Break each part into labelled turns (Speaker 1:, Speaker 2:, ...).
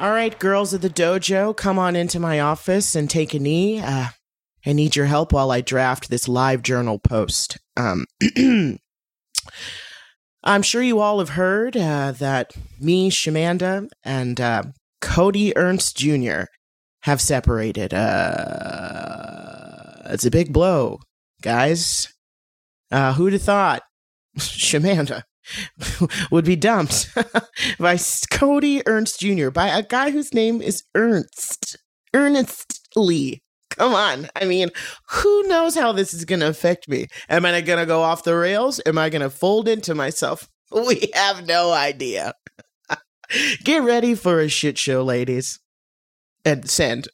Speaker 1: All right, girls of the dojo, come on into my office and take a knee. Uh, I need your help while I draft this live journal post. Um, I'm sure you all have heard uh, that me, Shamanda, and uh, Cody Ernst Jr. have separated. Uh, it's a big blow, guys. Uh, who'd have thought? Shamanda would be dumped by Cody Ernst Jr. by a guy whose name is Ernst Ernestly. Come on, I mean, who knows how this is going to affect me? Am I going to go off the rails? Am I going to fold into myself? We have no idea. Get ready for a shit show, ladies, and send.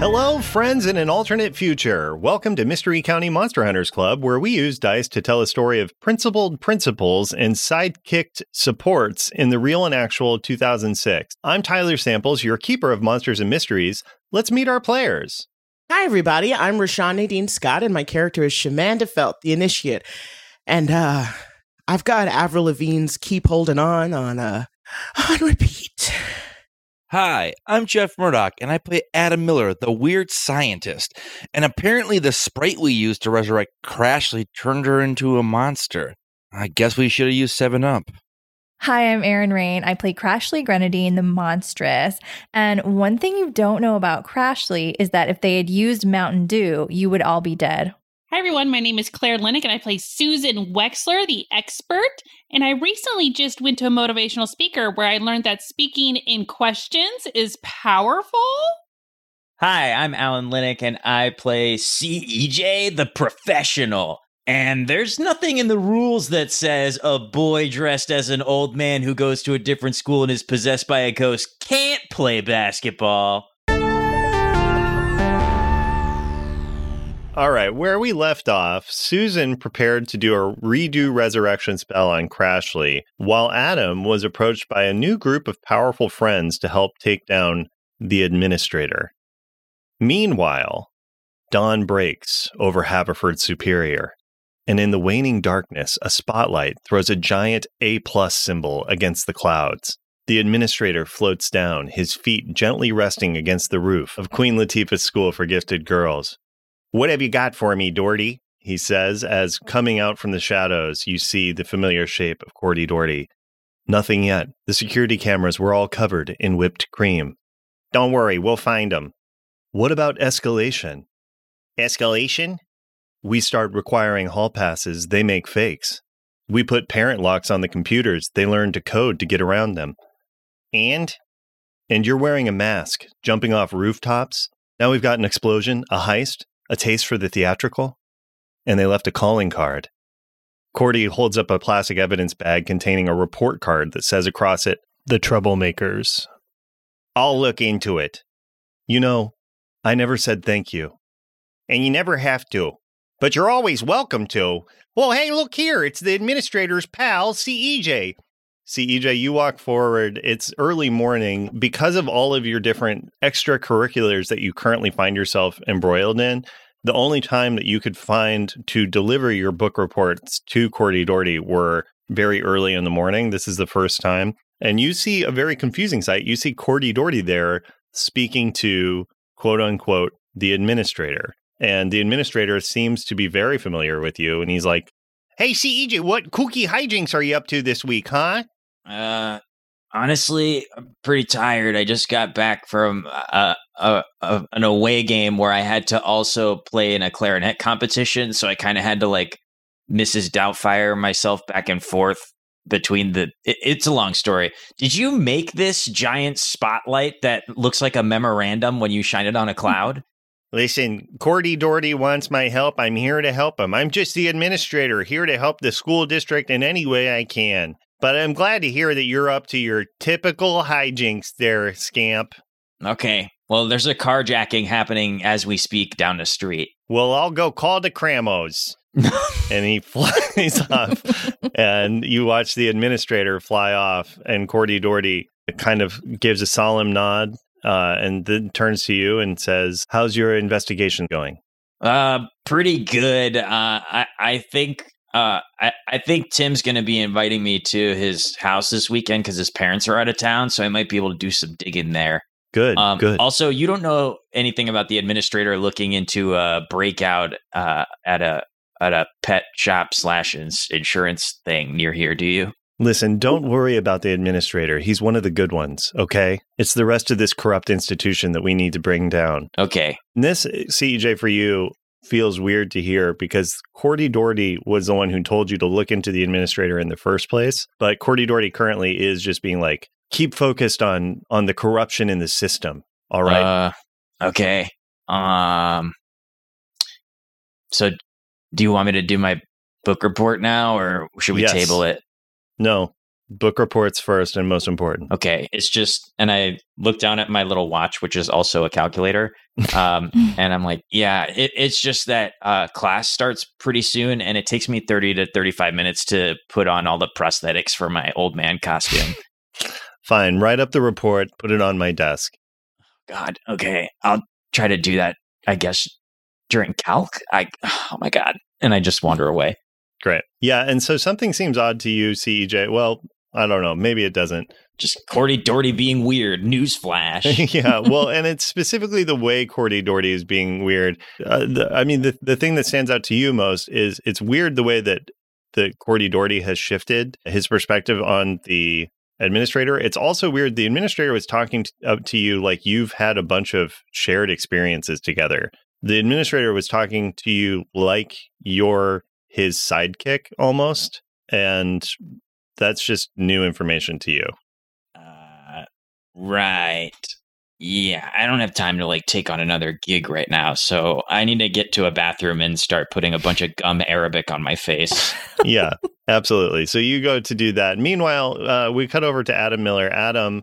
Speaker 2: Hello, friends in an alternate future. Welcome to Mystery County Monster Hunters Club, where we use dice to tell a story of principled principles and sidekicked supports in the real and actual 2006. I'm Tyler Samples, your keeper of monsters and mysteries. Let's meet our players.
Speaker 1: Hi, everybody. I'm Rashawn Nadine Scott, and my character is Shamanda Felt, the initiate. And uh, I've got Avril Lavigne's "Keep Holding On" on uh, on repeat.
Speaker 3: Hi, I'm Jeff Murdoch, and I play Adam Miller, the weird scientist. And apparently, the sprite we used to resurrect Crashly turned her into a monster. I guess we should have used 7 Up.
Speaker 4: Hi, I'm Erin Rain. I play Crashly Grenadine, the monstrous. And one thing you don't know about Crashly is that if they had used Mountain Dew, you would all be dead.
Speaker 5: Hi, everyone. My name is Claire Linick, and I play Susan Wexler, the expert. And I recently just went to a motivational speaker where I learned that speaking in questions is powerful.
Speaker 6: Hi, I'm Alan Linick, and I play CEJ, the professional. And there's nothing in the rules that says a boy dressed as an old man who goes to a different school and is possessed by a ghost can't play basketball.
Speaker 2: All right, where we left off, Susan prepared to do a redo resurrection spell on Crashly, while Adam was approached by a new group of powerful friends to help take down the administrator. Meanwhile, dawn breaks over Haverford Superior, and in the waning darkness, a spotlight throws a giant A plus symbol against the clouds. The administrator floats down, his feet gently resting against the roof of Queen Latifah's School for Gifted Girls. What have you got for me, Doherty? He says, as coming out from the shadows, you see the familiar shape of Cordy Doherty. Nothing yet. The security cameras were all covered in whipped cream. Don't worry, we'll find them. What about escalation? Escalation? We start requiring hall passes, they make fakes. We put parent locks on the computers, they learn to code to get around them. And? And you're wearing a mask, jumping off rooftops. Now we've got an explosion, a heist, a taste for the theatrical, and they left a calling card. Cordy holds up a plastic evidence bag containing a report card that says across it, The Troublemakers. I'll look into it. You know, I never said thank you. And you never have to. But you're always welcome to. Well, hey, look here. It's the administrator's pal, E CEJ. CEJ, E you walk forward. It's early morning. Because of all of your different extracurriculars that you currently find yourself embroiled in, the only time that you could find to deliver your book reports to Cordy Doherty were very early in the morning. This is the first time. And you see a very confusing sight. You see Cordy Doherty there speaking to quote unquote the administrator. And the administrator seems to be very familiar with you. And he's like, Hey, CEJ, what kooky hijinks are you up to this week, huh?
Speaker 6: Uh, honestly, I'm pretty tired. I just got back from uh, a, a, an away game where I had to also play in a clarinet competition, so I kind of had to like Mrs. Doubtfire myself back and forth between the. It, it's a long story. Did you make this giant spotlight that looks like a memorandum when you shine it on a cloud?
Speaker 2: Listen, Cordy Doherty wants my help. I'm here to help him. I'm just the administrator, here to help the school district in any way I can. But I'm glad to hear that you're up to your typical hijinks there, scamp.
Speaker 6: Okay. Well, there's a carjacking happening as we speak down the street.
Speaker 2: Well, I'll go call the Cramos. and he flies off. And you watch the administrator fly off. And Cordy Doherty kind of gives a solemn nod uh, and then turns to you and says, How's your investigation going?
Speaker 6: Uh, pretty good. Uh, I I think uh I, I think Tim's gonna be inviting me to his house this weekend because his parents are out of town, so I might be able to do some digging there.
Speaker 2: Good,
Speaker 6: Um,
Speaker 2: good.
Speaker 6: Also, you don't know anything about the administrator looking into a breakout uh at a at a pet shop slash ins- insurance thing near here, do you?
Speaker 2: Listen, don't worry about the administrator. He's one of the good ones, okay? It's the rest of this corrupt institution that we need to bring down.
Speaker 6: Okay.
Speaker 2: And this eh, CEJ for you feels weird to hear because Cordy Doherty was the one who told you to look into the administrator in the first place. But Cordy Doherty currently is just being like, keep focused on on the corruption in the system. All right.
Speaker 6: Uh, okay. Um. So, do you want me to do my book report now, or should we
Speaker 2: Yes.
Speaker 6: table it?
Speaker 2: no. Book reports first and most important.
Speaker 6: Okay. It's just, and I look down at my little watch, which is also a calculator. Um, and I'm like, yeah, it, it's just that uh, class starts pretty soon, and it takes me 30 to 35 minutes to put on all the prosthetics for my old man costume.
Speaker 2: Fine. Write up the report, put it on my desk.
Speaker 6: God. Okay. I'll try to do that, I guess, during calc. I, oh my God. And I just wander away.
Speaker 2: Great. Yeah. And so something seems odd to you, CEJ. Well, I don't know. Maybe it doesn't.
Speaker 6: just Cordy Doherty being weird. Newsflash.
Speaker 2: yeah, well, and it's specifically the way Cordy Doherty is being weird. Uh, the, I mean, the the thing that stands out to you most is it's weird the way that the Cordy Doherty has shifted his perspective on the administrator. It's also weird the administrator was talking t- up to you like you've had a bunch of shared experiences together. The administrator was talking to you like you're his sidekick almost, and that's just new information to you.
Speaker 6: uh, right. Yeah, I don't have time to like take on another gig right now, so I need to get to a bathroom and start putting a bunch of gum Arabic on my face.
Speaker 2: yeah, absolutely. So you go to do that. Meanwhile, uh, we cut over to Adam Miller. Adam,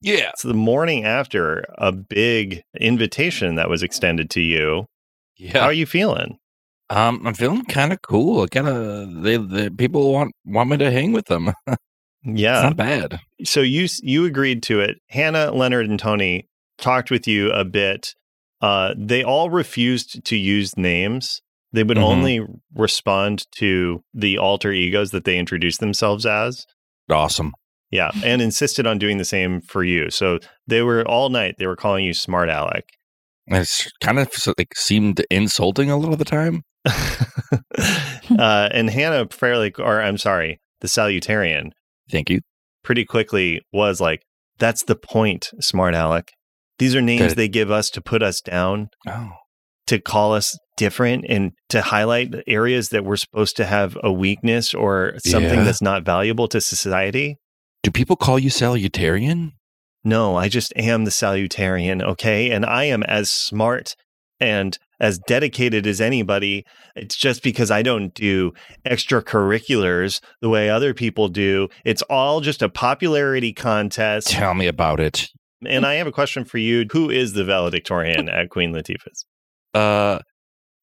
Speaker 3: Yeah.
Speaker 2: it's the morning after a big invitation that was extended to you. How
Speaker 3: Yeah.
Speaker 2: are you feeling?
Speaker 3: Um, I'm feeling kind of cool. Kind of, they, the people want want me to hang with them. It's
Speaker 2: Yeah.
Speaker 3: not bad.
Speaker 2: So you s- you agreed to it. Hannah, Leonard, and Tony talked with you a bit. Uh, they all refused to use names. They would
Speaker 3: Mhm.
Speaker 2: only respond to the alter egos that they introduced themselves as.
Speaker 3: Awesome.
Speaker 2: Yeah, and insisted on doing the same for you. So they were all night. They were calling you Smart Alec.
Speaker 3: It's kind of like seemed insulting a lot of the time.
Speaker 2: uh, and Hannah fairly, or I'm sorry, the salutarian
Speaker 3: Thank you.
Speaker 2: pretty quickly was like, "That's the point, smart aleck. These are names
Speaker 3: Good.
Speaker 2: they give us to put us down,
Speaker 3: Oh,
Speaker 2: to call us different, and to highlight areas that we're supposed to have a weakness or something
Speaker 3: Yeah.
Speaker 2: that's not valuable to society."
Speaker 3: do people call you salutarian?
Speaker 2: No, I just am the salutarian, okay? And I am as smart and as dedicated as anybody. It's just because I don't do extracurriculars the way other people do. It's all just a popularity contest.
Speaker 3: Tell me about it.
Speaker 2: And I have a question for you. Who is the valedictorian at Queen Latifah's?
Speaker 3: Uh,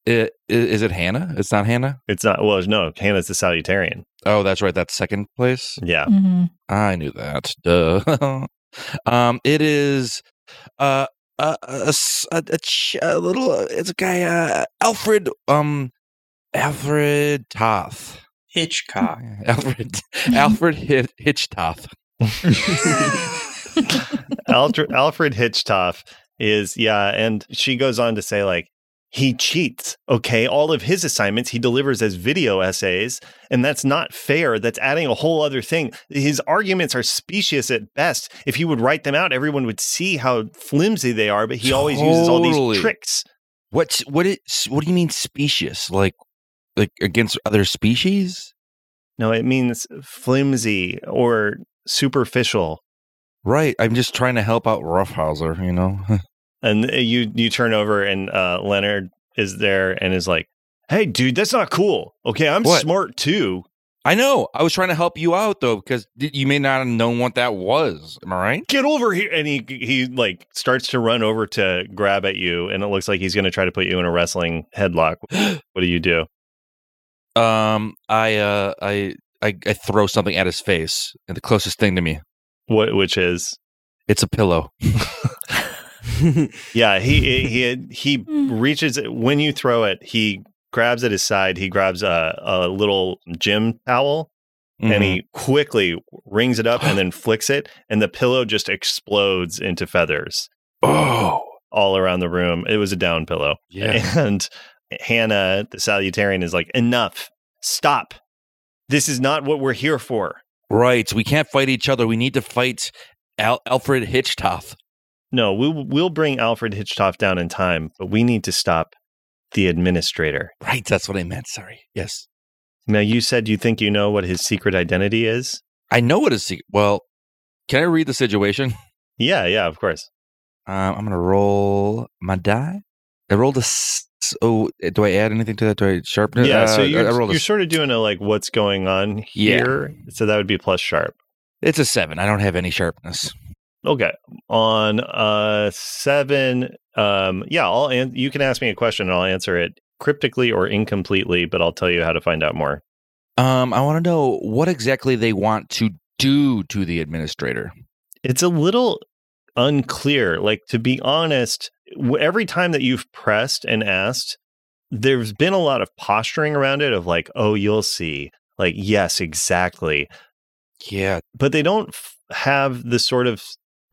Speaker 3: i- i- is it Hannah? It's not Hannah.
Speaker 2: It's not, well, no, Hannah's the salutarian.
Speaker 3: Oh, that's right. That's second place.
Speaker 2: Yeah.
Speaker 4: Mhm.
Speaker 3: I knew that. Duh. um, it is uh a a, s- a- a ch- a little. uh, It's a guy, uh, Alfred. Um, Alfred Toth. Ah,
Speaker 6: Hitchcock.
Speaker 3: Alfred Alfred Hitch- Hitchtoth.
Speaker 2: Alfred, Alfred Hitchcock is yeah, and she goes on to say like he cheats. Okay, all of his assignments he delivers as video essays, and that's not fair. That's adding a whole other thing. His arguments are specious at best. If he would write them out, everyone would see how flimsy they are. But he always uses all
Speaker 3: Totally.
Speaker 2: these tricks.
Speaker 3: What's what is what do you mean specious? Like like against other species?
Speaker 2: No, it means flimsy or superficial.
Speaker 3: Right. I'm just trying to help out Roughhauser, you know?
Speaker 2: And uh, you you turn over and uh, Leonard is there and is like, "Hey, dude, that's not cool. Okay, I'm
Speaker 3: What?
Speaker 2: smart too.
Speaker 3: I know. I was trying to help you out, though, because d- you may not have known what that was. Am I right?
Speaker 2: Get over here!" And he he like starts to run over to grab at you, and it looks like he's going to try to put you in a wrestling headlock. what do you do?
Speaker 3: Um, I, uh, I, I, I throw something at his face, and the closest thing to me,
Speaker 2: What which is
Speaker 3: it's a pillow.
Speaker 2: yeah he he he
Speaker 5: Mm.
Speaker 2: reaches when you throw it he grabs at his side he grabs a, a little gym towel and he quickly rings it up and then flicks it and the pillow just explodes into feathers
Speaker 3: oh,
Speaker 2: all around the room it was a down pillow
Speaker 3: yeah.
Speaker 2: and hannah the salutarian is like enough stop this is not what we're here for
Speaker 3: right. We can't fight each other. We need to fight Al- Alfred Hitchcock.
Speaker 2: no we'll, we'll bring alfred hitchcock down in time but we need to stop the administrator
Speaker 3: Right. That's what I meant. Sorry. Yes.
Speaker 2: Now you said you think you know what his secret identity is.
Speaker 3: I know what a secret. Well, can I read the situation?
Speaker 2: Yeah, yeah, of course.
Speaker 3: Um, I'm gonna roll my die. I rolled a. s- Oh, do I add anything to that? Do I sharpen it?
Speaker 2: Yeah, so
Speaker 3: Uh,
Speaker 2: you're,
Speaker 3: I rolled a
Speaker 2: you're
Speaker 3: s-
Speaker 2: sort of doing a like what's going on
Speaker 3: Yeah.
Speaker 2: here. So that would be plus sharp.
Speaker 3: It's a seven. I don't have any sharpness.
Speaker 2: Okay, on uh seven. Um, yeah, I'll an- you can ask me a question and I'll answer it cryptically or incompletely, but I'll tell you how to find out more.
Speaker 3: Um, I want to know what exactly they want to do to the administrator.
Speaker 2: It's a little unclear. Like to be honest, w- every time that you've pressed and asked, there's been a lot of posturing around it of like, oh, you'll see. Like, yes, exactly.
Speaker 3: Yeah,
Speaker 2: but they don't f- have the sort of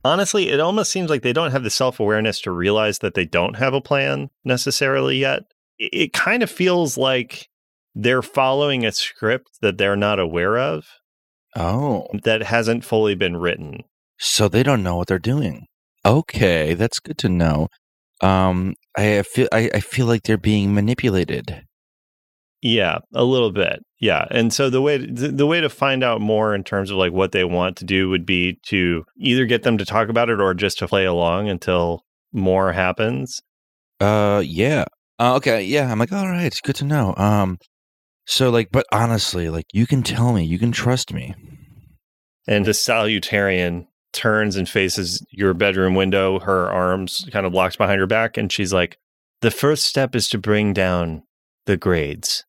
Speaker 2: honestly it almost seems like they don't have the self-awareness to realize that they don't have a plan necessarily yet it, it kind of feels like they're following a script that they're not aware of
Speaker 3: Oh,
Speaker 2: that hasn't fully been written
Speaker 3: so they don't know what they're doing. Okay, that's good to know. Um, I feel I, I feel like they're being manipulated.
Speaker 2: yeah a little bit yeah and so the way the, the way to find out more in terms of like what they want to do would be to either get them to talk about it or just to play along until more happens
Speaker 3: Uh, yeah. Uh, okay, yeah. I'm like, all right, it's good to know. Um, so like, but honestly, like, you can tell me, you can trust me.
Speaker 2: And the salutarian turns and faces your bedroom window, her arms kind of locked behind her back. And she's like, The first step is to bring down the grades.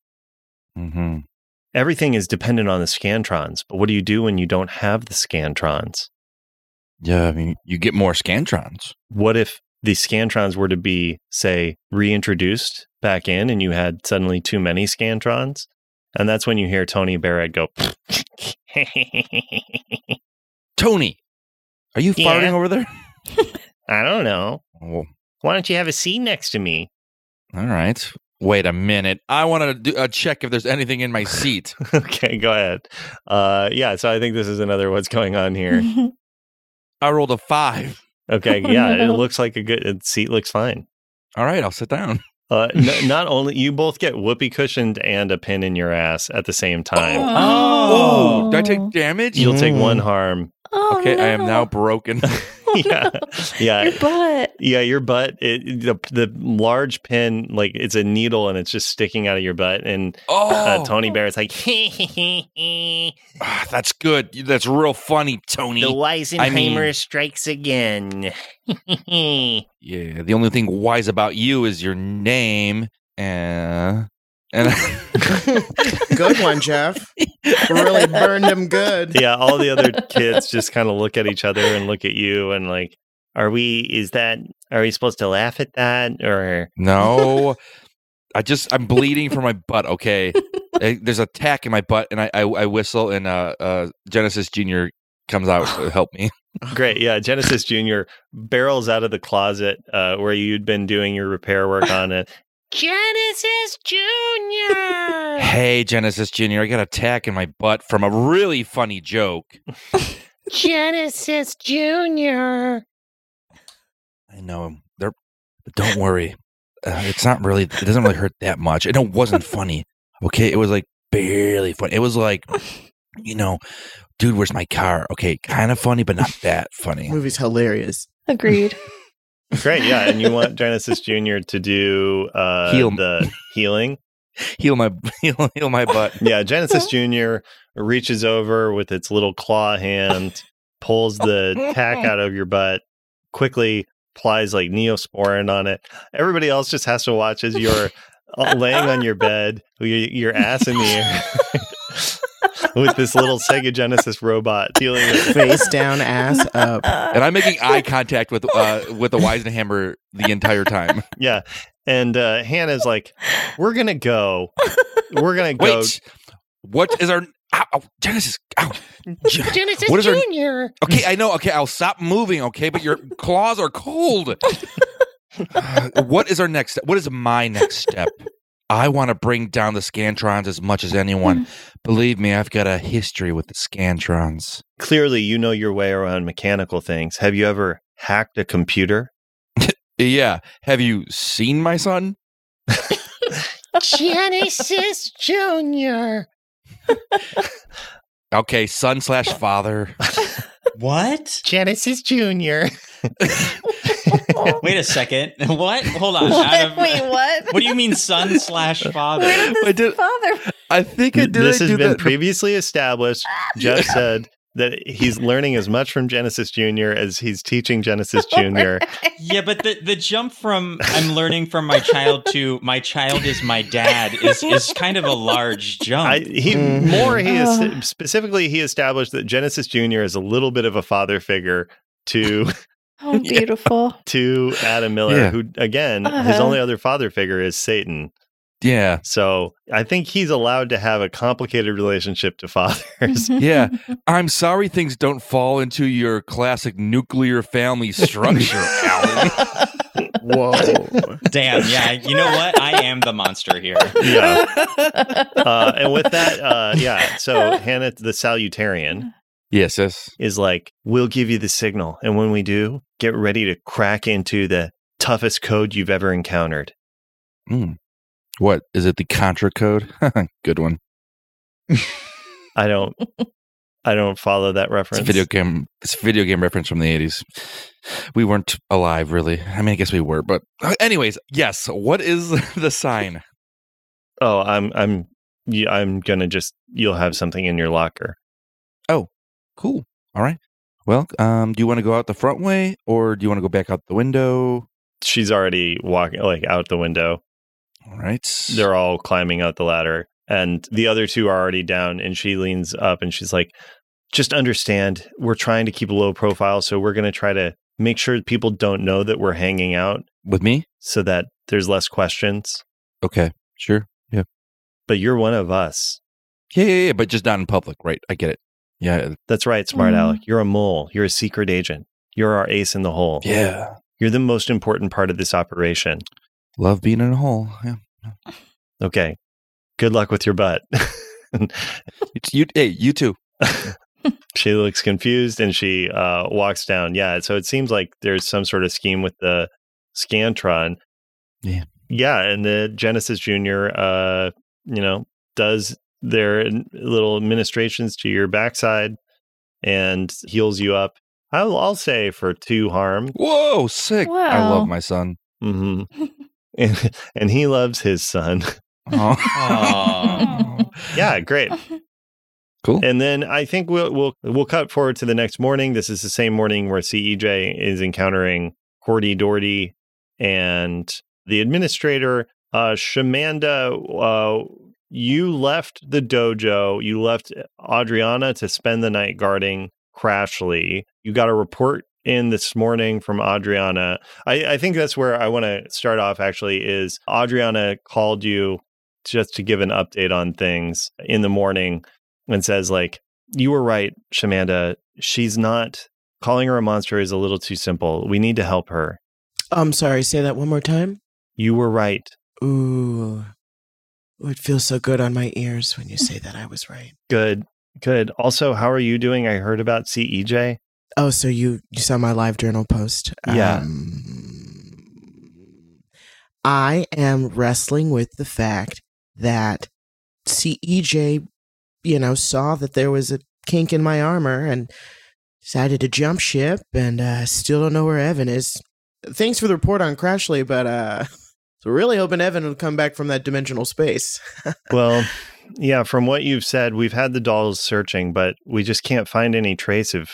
Speaker 3: Mm-hmm.
Speaker 2: Everything is dependent on the scantrons, but what do you do when you don't have the scantrons?
Speaker 3: Yeah, I mean, you get more scantrons.
Speaker 2: What if the scantrons were to be, say, reintroduced back in and you had suddenly too many scantrons? And that's when you hear Tony Barrett go,
Speaker 3: Tony, are you
Speaker 2: Yeah.
Speaker 3: farting over there?
Speaker 2: I don't know.
Speaker 3: Well,
Speaker 2: Why don't you have a seat next to me?
Speaker 3: all right. Wait a minute. I want to do a check if there's anything in my seat.
Speaker 2: okay, go ahead. Uh, yeah, so I think this is another what's going on here.
Speaker 3: I rolled a five.
Speaker 2: Okay,
Speaker 4: Oh,
Speaker 2: yeah,
Speaker 4: no.
Speaker 2: it looks like a good it, seat. Looks fine.
Speaker 3: All right, I'll sit down.
Speaker 2: Uh, n- not only you both get whoopee cushioned and a pin in your ass at the same time.
Speaker 6: Oh.
Speaker 3: Oh, did I take damage?
Speaker 2: You'll take
Speaker 1: Mm.
Speaker 2: one harm.
Speaker 4: Oh,
Speaker 3: okay, I am
Speaker 4: no.
Speaker 3: now broken.
Speaker 4: Oh,
Speaker 2: yeah,
Speaker 4: no.
Speaker 2: yeah,
Speaker 4: Your butt.
Speaker 2: yeah. Your butt. It, the the large pin, like it's a needle, and it's just sticking out of your butt. And uh,
Speaker 3: Oh,
Speaker 2: Tony Bear is like, the
Speaker 3: ah, that's good. That's real funny, Tony.
Speaker 1: Weisenheimer
Speaker 3: I mean-
Speaker 1: strikes again.
Speaker 3: yeah, the only thing wise about you is your name. And, and
Speaker 1: good one, Jeff. Really burned him good.
Speaker 2: yeah, all the other kids just kind of look at each other and look at you and like, are we? Is that? Are we supposed to laugh at that? Or
Speaker 3: no, I just, I'm bleeding from my butt, okay? I- There's a tack in my butt, and I, I, I whistle, and uh, uh, Genesis Jr. comes out to help me.
Speaker 2: great, yeah. Genesis Junior barrels out of the closet uh, where you'd been doing your repair work on it. Genesis Junior.
Speaker 3: Hey, Genesis Jr., I got a tack in my butt from a really funny joke.
Speaker 1: Genesis Junior.
Speaker 3: I know they're. But don't worry, uh, it's not really. It doesn't really hurt that much, and it wasn't funny. Okay, it was like barely funny. It was like, you know, dude, where's my car? Okay, kind of funny, but not that funny.
Speaker 1: movie's hilarious.
Speaker 4: Agreed.
Speaker 2: Great, yeah. And you want Genesis Jr. to do uh,
Speaker 3: Heal.
Speaker 2: the healing?
Speaker 3: Heal my heal, heal my butt.
Speaker 2: Yeah, Genesis Jr. reaches over with its little claw hand, pulls the tack out of your butt, quickly applies like neosporin on it. Everybody else just has to watch as you're uh, laying on your bed, your, your ass in the air, with this little Sega Genesis robot dealing with
Speaker 1: Face down, ass up.
Speaker 3: And I'm making eye contact with uh, with the Weisenhammer the entire time.
Speaker 2: Yeah. And uh, Hannah's like, we're going to go. We're going to go.
Speaker 3: Wait, what is our ow, ow, Genesis? Ow. Ge-
Speaker 1: Genesis
Speaker 3: What is her-
Speaker 1: Junior.
Speaker 3: Okay, I know. Okay, I'll stop moving. Okay, but your claws are cold. Uh, what is our next step? What is my next step? I want to bring down the Scantrons as much as
Speaker 1: Hmm.
Speaker 3: anyone. Believe me, I've got a history with the Scantrons.
Speaker 2: Clearly, you know your way around mechanical things. Have you ever hacked a computer?
Speaker 3: Yeah. Have you seen my son?
Speaker 1: Genesis Junior.
Speaker 3: Okay, son slash father.
Speaker 6: What?
Speaker 1: Genesis Junior.
Speaker 6: Wait a second. What? Hold on.
Speaker 4: what?
Speaker 6: Adam,
Speaker 4: Wait, what?
Speaker 6: what do you mean son slash
Speaker 4: Where
Speaker 6: father?
Speaker 4: did this
Speaker 3: I did-
Speaker 4: father?
Speaker 3: I think I did.
Speaker 2: this
Speaker 3: I
Speaker 2: has
Speaker 3: do
Speaker 2: been
Speaker 3: that.
Speaker 2: previously established. Jeff said that he's learning as much from Genesis Jr. as he's teaching Genesis Jr.
Speaker 6: Yeah, but the, the jump from I'm learning from my child to my child is my dad is, is kind of a large jump.
Speaker 2: I, he
Speaker 1: Mhm.
Speaker 2: more he is
Speaker 3: Uh.
Speaker 4: Ugh.
Speaker 2: specifically he established that Genesis Jr. is a little bit of a father figure to
Speaker 4: Oh, beautiful.
Speaker 2: to Adam Miller,
Speaker 3: Yeah.
Speaker 2: who again his
Speaker 4: Uh-huh.
Speaker 2: only other father figure is Satan.
Speaker 3: yeah.
Speaker 2: So I think he's allowed to have a complicated relationship to fathers.
Speaker 3: Yeah. I'm sorry things don't fall into your classic nuclear family structure, Alan.
Speaker 4: Mm-hmm.
Speaker 1: Whoa.
Speaker 6: Damn, yeah. You know what? I am the monster here.
Speaker 2: yeah. Uh, and with that, uh, yeah. So Hannah, the salutarian,
Speaker 3: Yes, yes.
Speaker 2: is like, we'll give you the signal. And when we do, get ready to crack into the toughest code you've ever encountered.
Speaker 3: Mm. What? Is it the Contra code? Good one.
Speaker 2: I don't I don't follow that
Speaker 3: It's a
Speaker 2: reference.
Speaker 3: video game it's a video game reference from the eighties. We weren't alive really. I mean I guess we were, but uh, anyways, yes. What is the sign?
Speaker 2: oh, I'm I'm you, I'm gonna just you'll have something in your locker.
Speaker 3: Cool. All right. Well, um, do you want to go out the front way or do you want to go back out the window?
Speaker 2: She's already walking like out the window.
Speaker 3: All right.
Speaker 2: They're all climbing out the ladder, and the other two are already down. And she leans up and she's like, "Just understand, we're trying to keep a low profile, so we're gonna try to make sure people don't know that we're hanging out,
Speaker 3: With me?
Speaker 2: so that there's less questions."
Speaker 3: Okay. Sure. Yeah.
Speaker 2: but you're one of us.
Speaker 3: Yeah, yeah, yeah, but just not in public, right? I get it. Yeah.
Speaker 2: That's right, smart
Speaker 4: Mm.
Speaker 2: Alec. You're a mole. You're a secret agent. You're our ace in the hole.
Speaker 3: Yeah.
Speaker 2: You're the most important part of this operation.
Speaker 3: Love being in a hole. Yeah.
Speaker 2: Okay. Good luck with your butt.
Speaker 3: It's you hey, you too.
Speaker 2: she looks confused and she uh, walks down. Yeah. So it seems like there's some sort of scheme with the Scantron.
Speaker 3: Yeah.
Speaker 2: Yeah. And the Genesis Jr., uh, you know, does their little administrations to your backside and heals you up. I'll, I'll say for two harm.
Speaker 3: Whoa, sick. I
Speaker 4: Wow.
Speaker 3: love my son.
Speaker 2: hmm and, and he loves his son.
Speaker 3: Oh.
Speaker 6: Aw.
Speaker 2: yeah, great.
Speaker 3: Cool.
Speaker 2: And then I think we'll we'll we'll cut forward to the next morning. This is the same morning where CEJ is encountering Cordy Doherty and the administrator, uh, Shamanda. Uh, you left the dojo. You left uh, Adriana to spend the night guarding Crashly. You got a report in this morning from Adriana. I, I think that's where I want to start off. Actually, is Adriana called you just to give an update on things in the morning and says like you were right shamanda she's not calling her a monster is a little too simple we need to help her
Speaker 1: I'm sorry. Say that one more time.
Speaker 2: you were right
Speaker 1: Ooh. Ooh, it feels so good on my ears when you say that I was right.
Speaker 2: good good also how are you doing i heard about E cej
Speaker 1: Oh, so you you saw my live journal post?
Speaker 2: Yeah.
Speaker 1: Um, I am wrestling with the fact that CEJ, you know, saw that there was a kink in my armor and decided to jump ship, and uh, still don't know where Evan is. Thanks for the report on Crashly, but uh, so really hoping Evan would come back from that dimensional space.
Speaker 2: Well, yeah, from what you've said, we've had the dolls searching, but we just can't find any trace of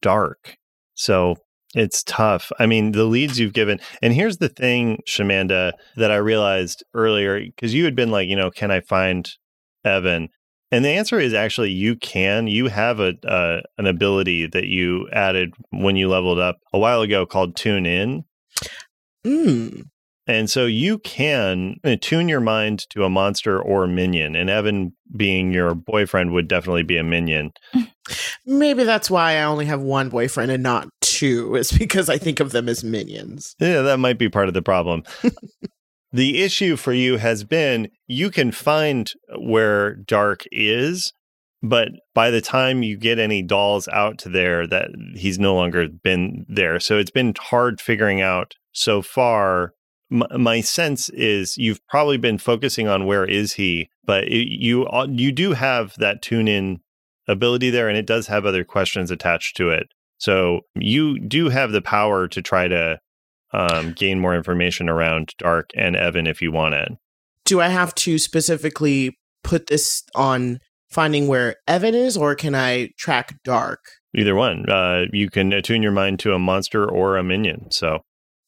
Speaker 2: dark. So it's tough. I mean, the leads you've given. And here's the thing, Shamanda, that I realized earlier, because you had been like, you know, can I find Evan? And the answer is actually you can. You have a uh, an ability that you added when you leveled up a while ago called Tune In.
Speaker 1: Mm.
Speaker 2: And so you can attune your mind to a monster or minion. And Evan, being your boyfriend, would definitely be a minion.
Speaker 1: Maybe that's why I only have one boyfriend and not two, is because I think of them as minions.
Speaker 2: Yeah, that might be part of the problem. the issue for you has been you can find where Dark is, but by the time you get any dolls out to there, that he's no longer been there. So it's been hard figuring out so far my, my sense is you've probably been focusing on where is he, but it, you uh, you do have that tune in ability there, and it does have other questions attached to it. So you do have the power to try to um, gain more information around Dark and Evan if you want it.
Speaker 1: Do I have to specifically put this on finding where Evan is, or can I track Dark?
Speaker 2: Either one. Uh, you can attune your mind to a monster or a minion. So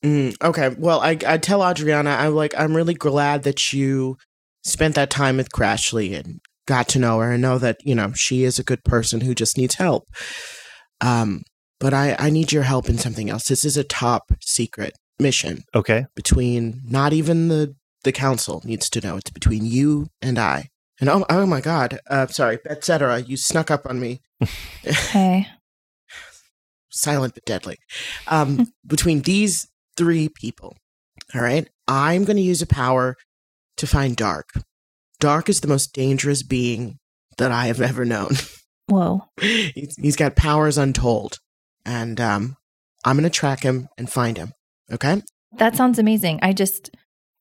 Speaker 1: Mm, okay. Well, I, I tell Adriana, I'm like, I'm really glad that you spent that time with Crashly and got to know her and know that, you know, she is a good person who just needs help. Um, but I, I need your help in something else. This is a top secret mission
Speaker 2: okay,
Speaker 1: between not even the, the council needs to know. It's between you and I. And oh, oh my God. Uh, sorry, etc. You snuck up on me.
Speaker 4: Okay.
Speaker 1: silent but deadly. Um, between these three people, all right, I'm going to use a power to find Dark. Dark is the most dangerous being that I have ever known.
Speaker 4: Whoa.
Speaker 1: he's, he's got powers untold, and um, I'm going to track him and find him. Okay,
Speaker 4: That sounds amazing. I just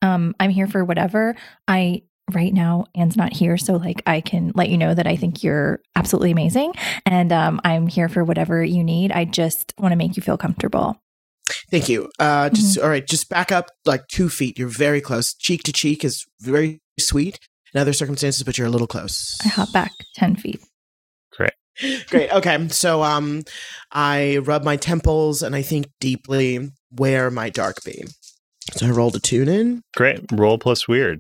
Speaker 4: um I'm here for whatever. I right now Anne's not here, so like I can let you know that I think you're absolutely amazing and um I'm here for whatever you need. I just want to make you feel comfortable.
Speaker 1: thank you. Uh, just
Speaker 4: Mm-hmm.
Speaker 1: all right, just back up like two feet. You're very close. Cheek to cheek is very sweet in other circumstances, but you're a little close.
Speaker 4: I hop back 10 feet.
Speaker 1: Great. Okay. So um I rub my temples and I think deeply where my dark be. So I rolled a tune in.
Speaker 2: great. Roll plus weird.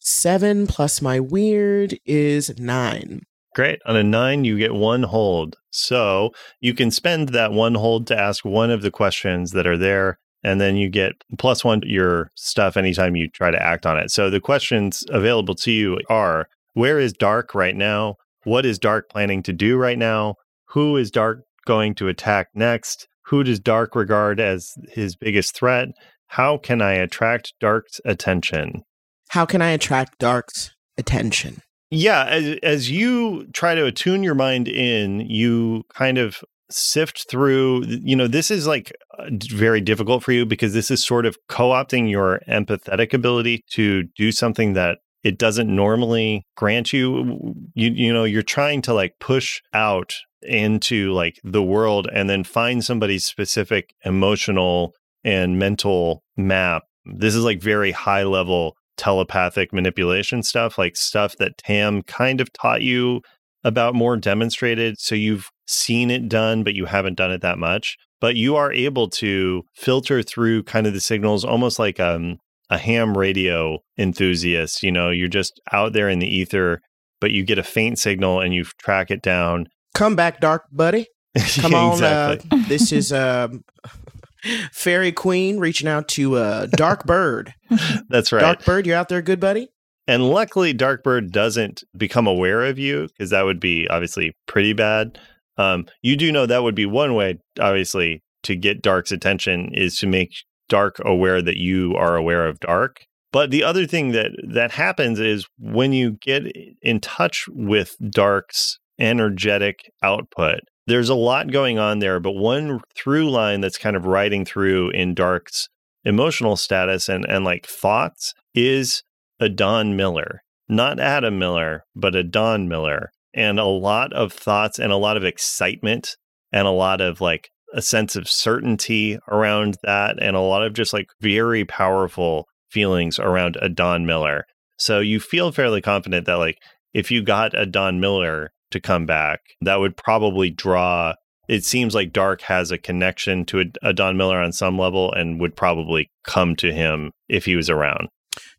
Speaker 1: Seven plus my weird is nine.
Speaker 2: Great. On a nine, you get one hold. So you can spend that one hold to ask one of the questions that are there. And then you get plus one to your stuff anytime you try to act on it. So the questions available to you are where is Dark right now? What is Dark planning to do right now? Who is Dark going to attack next? Who does Dark regard as his biggest threat? How can I attract Dark's attention?
Speaker 1: How can I attract dark's attention?
Speaker 2: Yeah, as as you try to attune your mind in, you kind of sift through, you know, this is like uh, d- very difficult for you because this is sort of co-opting your empathetic ability to do something that it doesn't normally grant you. You you know, you're trying to like push out into like the world and then find somebody's specific emotional and mental map. This is like very high level telepathic manipulation stuff, like stuff that Tam kind of taught you about more demonstrated. So you've seen it done, but you haven't done it that much. But you are able to filter through kind of the signals almost like um, a ham radio enthusiast. You know, you're just out there in the ether, but you get a faint signal and you track it down.
Speaker 1: Come back, dark buddy. Come
Speaker 2: Yeah,
Speaker 1: on.
Speaker 2: exactly.
Speaker 1: Uh, this is um Fairy Queen reaching out to uh Dark Bird.
Speaker 2: That's right.
Speaker 1: Dark Bird, you're out there, good buddy?
Speaker 2: And luckily, Darkbird doesn't become aware of you because that would be obviously pretty bad. Um, you do know that would be one way, obviously, to get Dark's attention is to make Dark aware that you are aware of Dark. But the other thing that that happens is when you get in touch with Dark's energetic output, there's a lot going on there. But one through line that's kind of riding through in Dark's emotional status and and like thoughts is a Don Miller. Not Adam Miller, but a Don Miller. And a lot of thoughts and a lot of excitement and a lot of like a sense of certainty around that and a lot of just like very powerful feelings around a Don Miller. So you feel fairly confident that like if you got a Don Miller to come back, that would probably draw it seems like Dark has a connection to a, a Don Miller on some level and would probably come to him if he was around.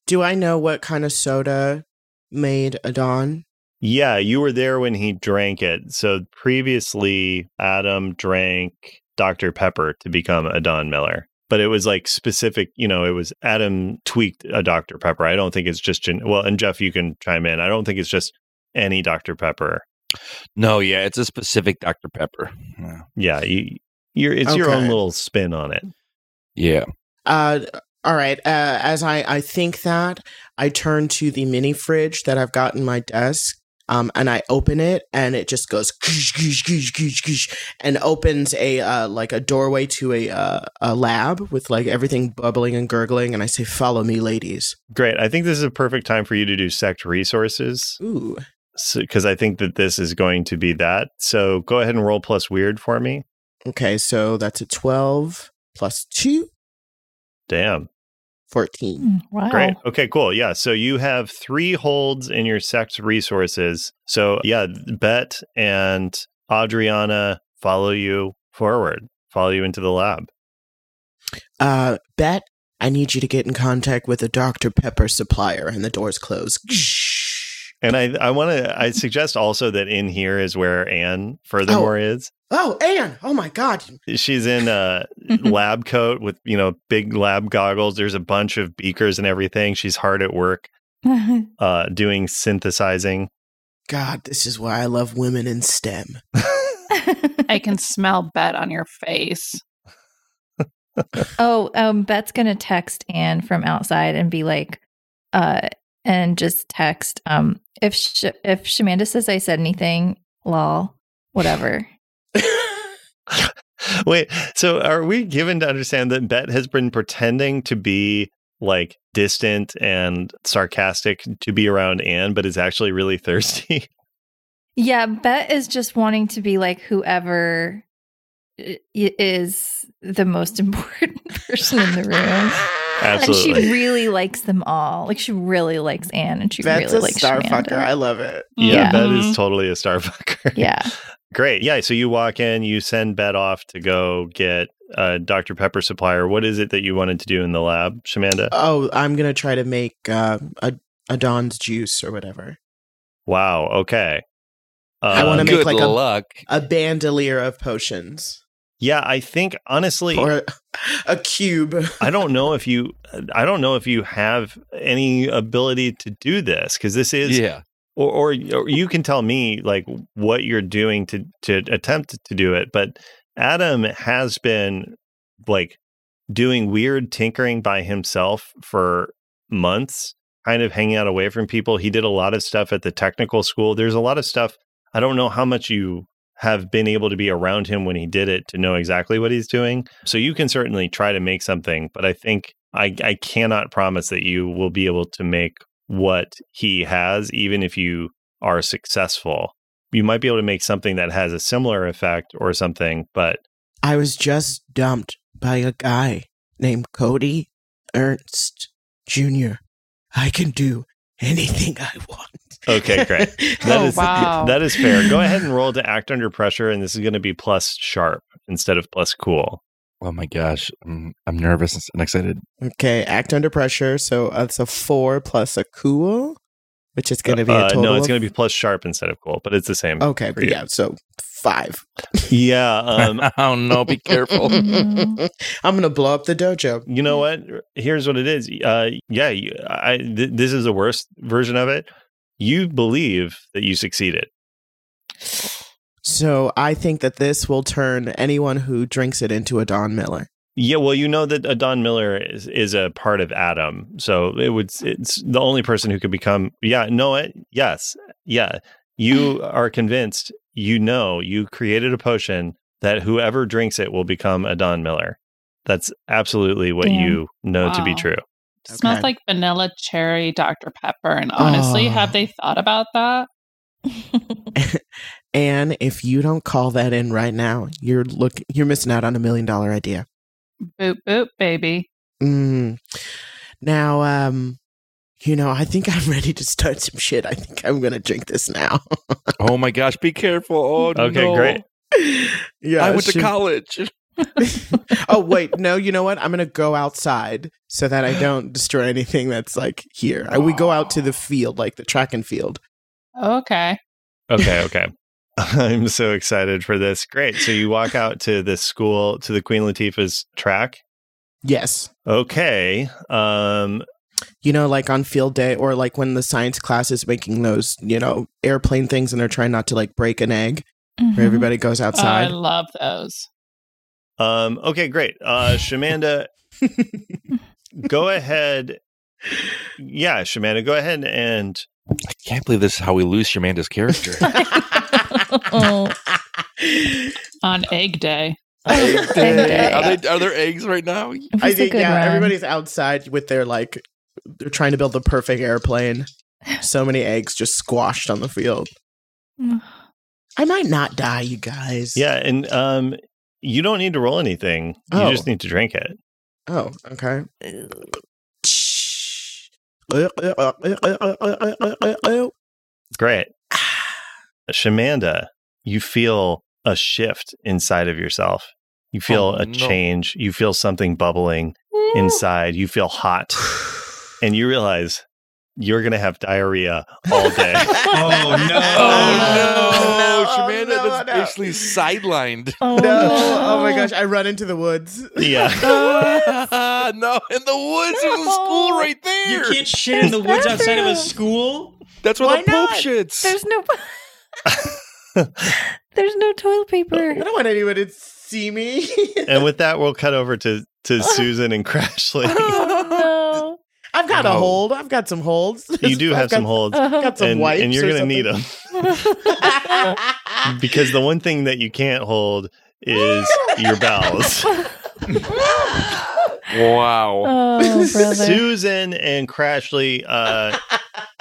Speaker 1: Do I know what kind of soda made a Don?
Speaker 2: Yeah, you were there when he drank it. So previously, Adam drank Dr. Pepper to become a Don Miller. But it was like specific, you know, it was Adam tweaked a Dr. Pepper. I don't think it's just, gen- well, and Jeff, you can chime in. I don't think it's just any Dr. Pepper.
Speaker 3: No, yeah, it's a specific Dr. Pepper. Yeah.
Speaker 2: Yeah, you, you're, it's your
Speaker 1: Okay.
Speaker 2: own little spin on it.
Speaker 3: Yeah.
Speaker 1: Uh, all right. Uh, as I, I think that, I turn to the mini fridge that I've got in my desk. Um, and I open it, and it just goes goosh, goosh, goosh, goosh, goosh, and opens a uh, like a doorway to a uh, a lab with like everything bubbling and gurgling. And I say, "Follow me, ladies."
Speaker 2: Great. I think this is a perfect time for you to do sect resources
Speaker 1: Ooh,
Speaker 2: because I think that this is going to be that. So go ahead and roll plus weird for me.
Speaker 1: okay. So that's a twelve plus two,
Speaker 2: Damn.
Speaker 1: 14.
Speaker 4: Mm, Wow.
Speaker 2: Great. Okay, cool. Yeah. So you have three holds in your sect resources. So, yeah, Bet and Adriana follow you forward, follow you into the lab.
Speaker 1: Uh, Bet, I need you to get in contact with a Dr Pepper supplier, and the doors close.
Speaker 4: Hmm.
Speaker 2: And I, I want to, I suggest also that in here is where Anne, furthermore, is.
Speaker 1: Oh, Anne! Oh my God,
Speaker 2: She's in a lab coat with, you know, big lab goggles. There's a bunch of beakers and everything. She's hard at work uh, doing synthesizing.
Speaker 1: God, this is why I love women in STEM.
Speaker 5: I can smell bet on your face.
Speaker 4: oh, um, Bet's gonna text Anne from outside and be like, uh, and just text. Um, if Sh- if Shamanda says I said anything, lol, whatever.
Speaker 2: Wait, so are we given to understand that Bet has been pretending to be like distant and sarcastic to be around Anne, but is actually really thirsty?
Speaker 4: Yeah, Bet is just wanting to be like whoever i- is the most important person in the room. And
Speaker 2: Absolutely.
Speaker 4: she really likes them all. Like she really likes Anne and she
Speaker 1: That's
Speaker 4: really
Speaker 1: a
Speaker 4: likes
Speaker 1: star
Speaker 4: Shamanda.
Speaker 1: fucker. I love it.
Speaker 5: Yeah.
Speaker 2: Bet
Speaker 1: Mm-hmm.
Speaker 5: Mhm.
Speaker 2: is totally a starfucker.
Speaker 4: yeah.
Speaker 2: Great. Yeah. So you walk in, you send Bet off to go get a Dr. Pepper supplier. What is it that you wanted to do in the lab, Shamanda?
Speaker 1: Oh, I'm gonna try to make uh, a a Don's juice or whatever.
Speaker 2: Wow. Okay. Uh,
Speaker 1: I wanna make
Speaker 3: Um, Good
Speaker 1: like a-
Speaker 3: luck.
Speaker 1: A bandolier of potions
Speaker 2: Yeah, I think honestly,
Speaker 1: or a cube.
Speaker 2: I don't know if you, I don't know if you have any ability to do this because this is
Speaker 3: yeah.
Speaker 2: or, or or you can tell me like what you're doing to to attempt to do it but adam has been like doing weird tinkering by himself for months kind of hanging out away from people he did a lot of stuff at the technical school there's a lot of stuff i don't know how much you have been able to be around him when he did it to know exactly what he's doing so you can certainly try to make something but i think i i cannot promise that you will be able to make what he has, even if you are successful. You might be able to make something that has a similar effect or something, but
Speaker 1: I was just dumped by a guy named Cody Ernst Jr. I can do anything I want.
Speaker 2: okay, great. That
Speaker 5: Oh,
Speaker 2: is-
Speaker 5: wow.
Speaker 2: that is fair. Go ahead and roll to act under pressure, and this is going to be plus sharp instead of plus cool.
Speaker 3: Oh my gosh. I'm, I'm nervous and excited.
Speaker 1: Okay, act under pressure. So that's a four plus a cool, which is going to be a
Speaker 2: Uh,
Speaker 1: total.
Speaker 2: no,
Speaker 1: of-
Speaker 2: it's
Speaker 1: Oh.
Speaker 2: going to be plus sharp instead of cool, but it's the same.
Speaker 1: Okay,
Speaker 2: for you.
Speaker 1: yeah. So five.
Speaker 2: Yeah. Um,
Speaker 3: oh no, be careful.
Speaker 4: Mm.
Speaker 1: I'm going to blow up the dojo.
Speaker 2: you know what? Here's what it is. Uh, yeah, you, I, th- this is the worst version of it. You believe that you succeeded.
Speaker 1: So I think that this will turn anyone who drinks it into a Don Miller.
Speaker 2: Yeah, well, you know that a Don Miller is, is a part of Adam, so it would it's the only person who could become. Yeah, no, it, yes, yeah. You are convinced. You know, you created a potion that whoever drinks it will become a Don Miller. That's absolutely what
Speaker 4: Damn.
Speaker 2: you know to be
Speaker 5: Wow.
Speaker 2: true.
Speaker 5: Smells
Speaker 1: Okay.
Speaker 5: like vanilla cherry Dr. Pepper. And honestly,
Speaker 1: Oh.
Speaker 5: have they thought about that?
Speaker 1: And if you don't call that in right now, you're look you're missing out on a million dollar idea.
Speaker 5: Boop, boop, baby.
Speaker 1: Mm. Now, um, you know, I think I'm ready to start some shit. I think I'm gonna drink this now.
Speaker 3: Oh my gosh, be careful. Oh,
Speaker 2: Okay,
Speaker 3: no.
Speaker 2: great.
Speaker 1: yeah,
Speaker 3: I went to
Speaker 1: should-
Speaker 3: college.
Speaker 1: oh wait, no. You know what? I'm gonna go outside so that I don't destroy anything that's like here. I, we go out to the field, like the track and field.
Speaker 5: Okay.
Speaker 2: Okay, okay. I'm so excited for this. Great. So you walk out to this school to the Queen Latifah's track.
Speaker 1: Yes,
Speaker 2: Okay. Um
Speaker 1: you know, like on field day or like when the science class is making those, you know, airplane things and they're trying not to like break an egg.
Speaker 4: Mhm.
Speaker 3: Mm-hmm.
Speaker 1: Where everybody goes
Speaker 5: Oh, I
Speaker 1: outside.
Speaker 5: love those.
Speaker 2: um okay, great. Uh Shamanda go ahead. Yeah, Shamanda, go ahead and
Speaker 3: I can't believe this is how we lose Shamanda's character.
Speaker 4: Oh.
Speaker 5: On egg day.
Speaker 1: Egg
Speaker 4: day.
Speaker 3: are, they, are there eggs right now?
Speaker 4: It was
Speaker 1: I
Speaker 4: Oh, a
Speaker 1: think
Speaker 4: good
Speaker 1: yeah,
Speaker 4: run.
Speaker 1: everybody's outside with their like they're trying to build the perfect airplane. So many eggs just squashed on the field. I might not die, you guys.
Speaker 2: yeah, and um you don't need to roll anything. You
Speaker 1: Oh.
Speaker 2: just need to drink it.
Speaker 1: Oh, okay.
Speaker 2: Great. Shamanda, you feel a shift inside of yourself. You feel
Speaker 3: Oh,
Speaker 2: a
Speaker 3: no.
Speaker 2: change. You feel something bubbling inside. You feel hot. and you realize you're going to have diarrhea all day.
Speaker 6: Oh, no.
Speaker 1: Oh,
Speaker 3: Oh, no.
Speaker 1: no,
Speaker 3: Shamanda
Speaker 1: no,
Speaker 3: that's
Speaker 1: no.
Speaker 3: basically sidelined.
Speaker 4: Oh,
Speaker 1: No. Oh my gosh, I run into the woods.
Speaker 2: yeah.
Speaker 3: no, in the woods, there's a school
Speaker 4: No.
Speaker 3: right
Speaker 6: You
Speaker 3: there.
Speaker 6: can't shit in the woods outside of a school?
Speaker 3: That's where
Speaker 1: Why
Speaker 3: the poop
Speaker 1: not?
Speaker 3: shits.
Speaker 4: There's no. There's no toilet
Speaker 1: I
Speaker 4: paper.
Speaker 1: don't want anyone to see me.
Speaker 2: And with that, we'll cut over to, to Susan and Crashly.
Speaker 4: Oh,
Speaker 1: I've got a
Speaker 3: No.
Speaker 1: hold. I've got some holds.
Speaker 2: You do
Speaker 1: I've
Speaker 2: have
Speaker 1: got-
Speaker 2: some holds.
Speaker 4: no.
Speaker 1: Got some
Speaker 2: And,
Speaker 1: wipes.
Speaker 2: and you're
Speaker 1: or
Speaker 2: going to need them because the one thing that you can't hold is your bowels.
Speaker 3: wow.
Speaker 1: Uh,
Speaker 4: Oh, brother.
Speaker 2: Susan and Crashly. Uh,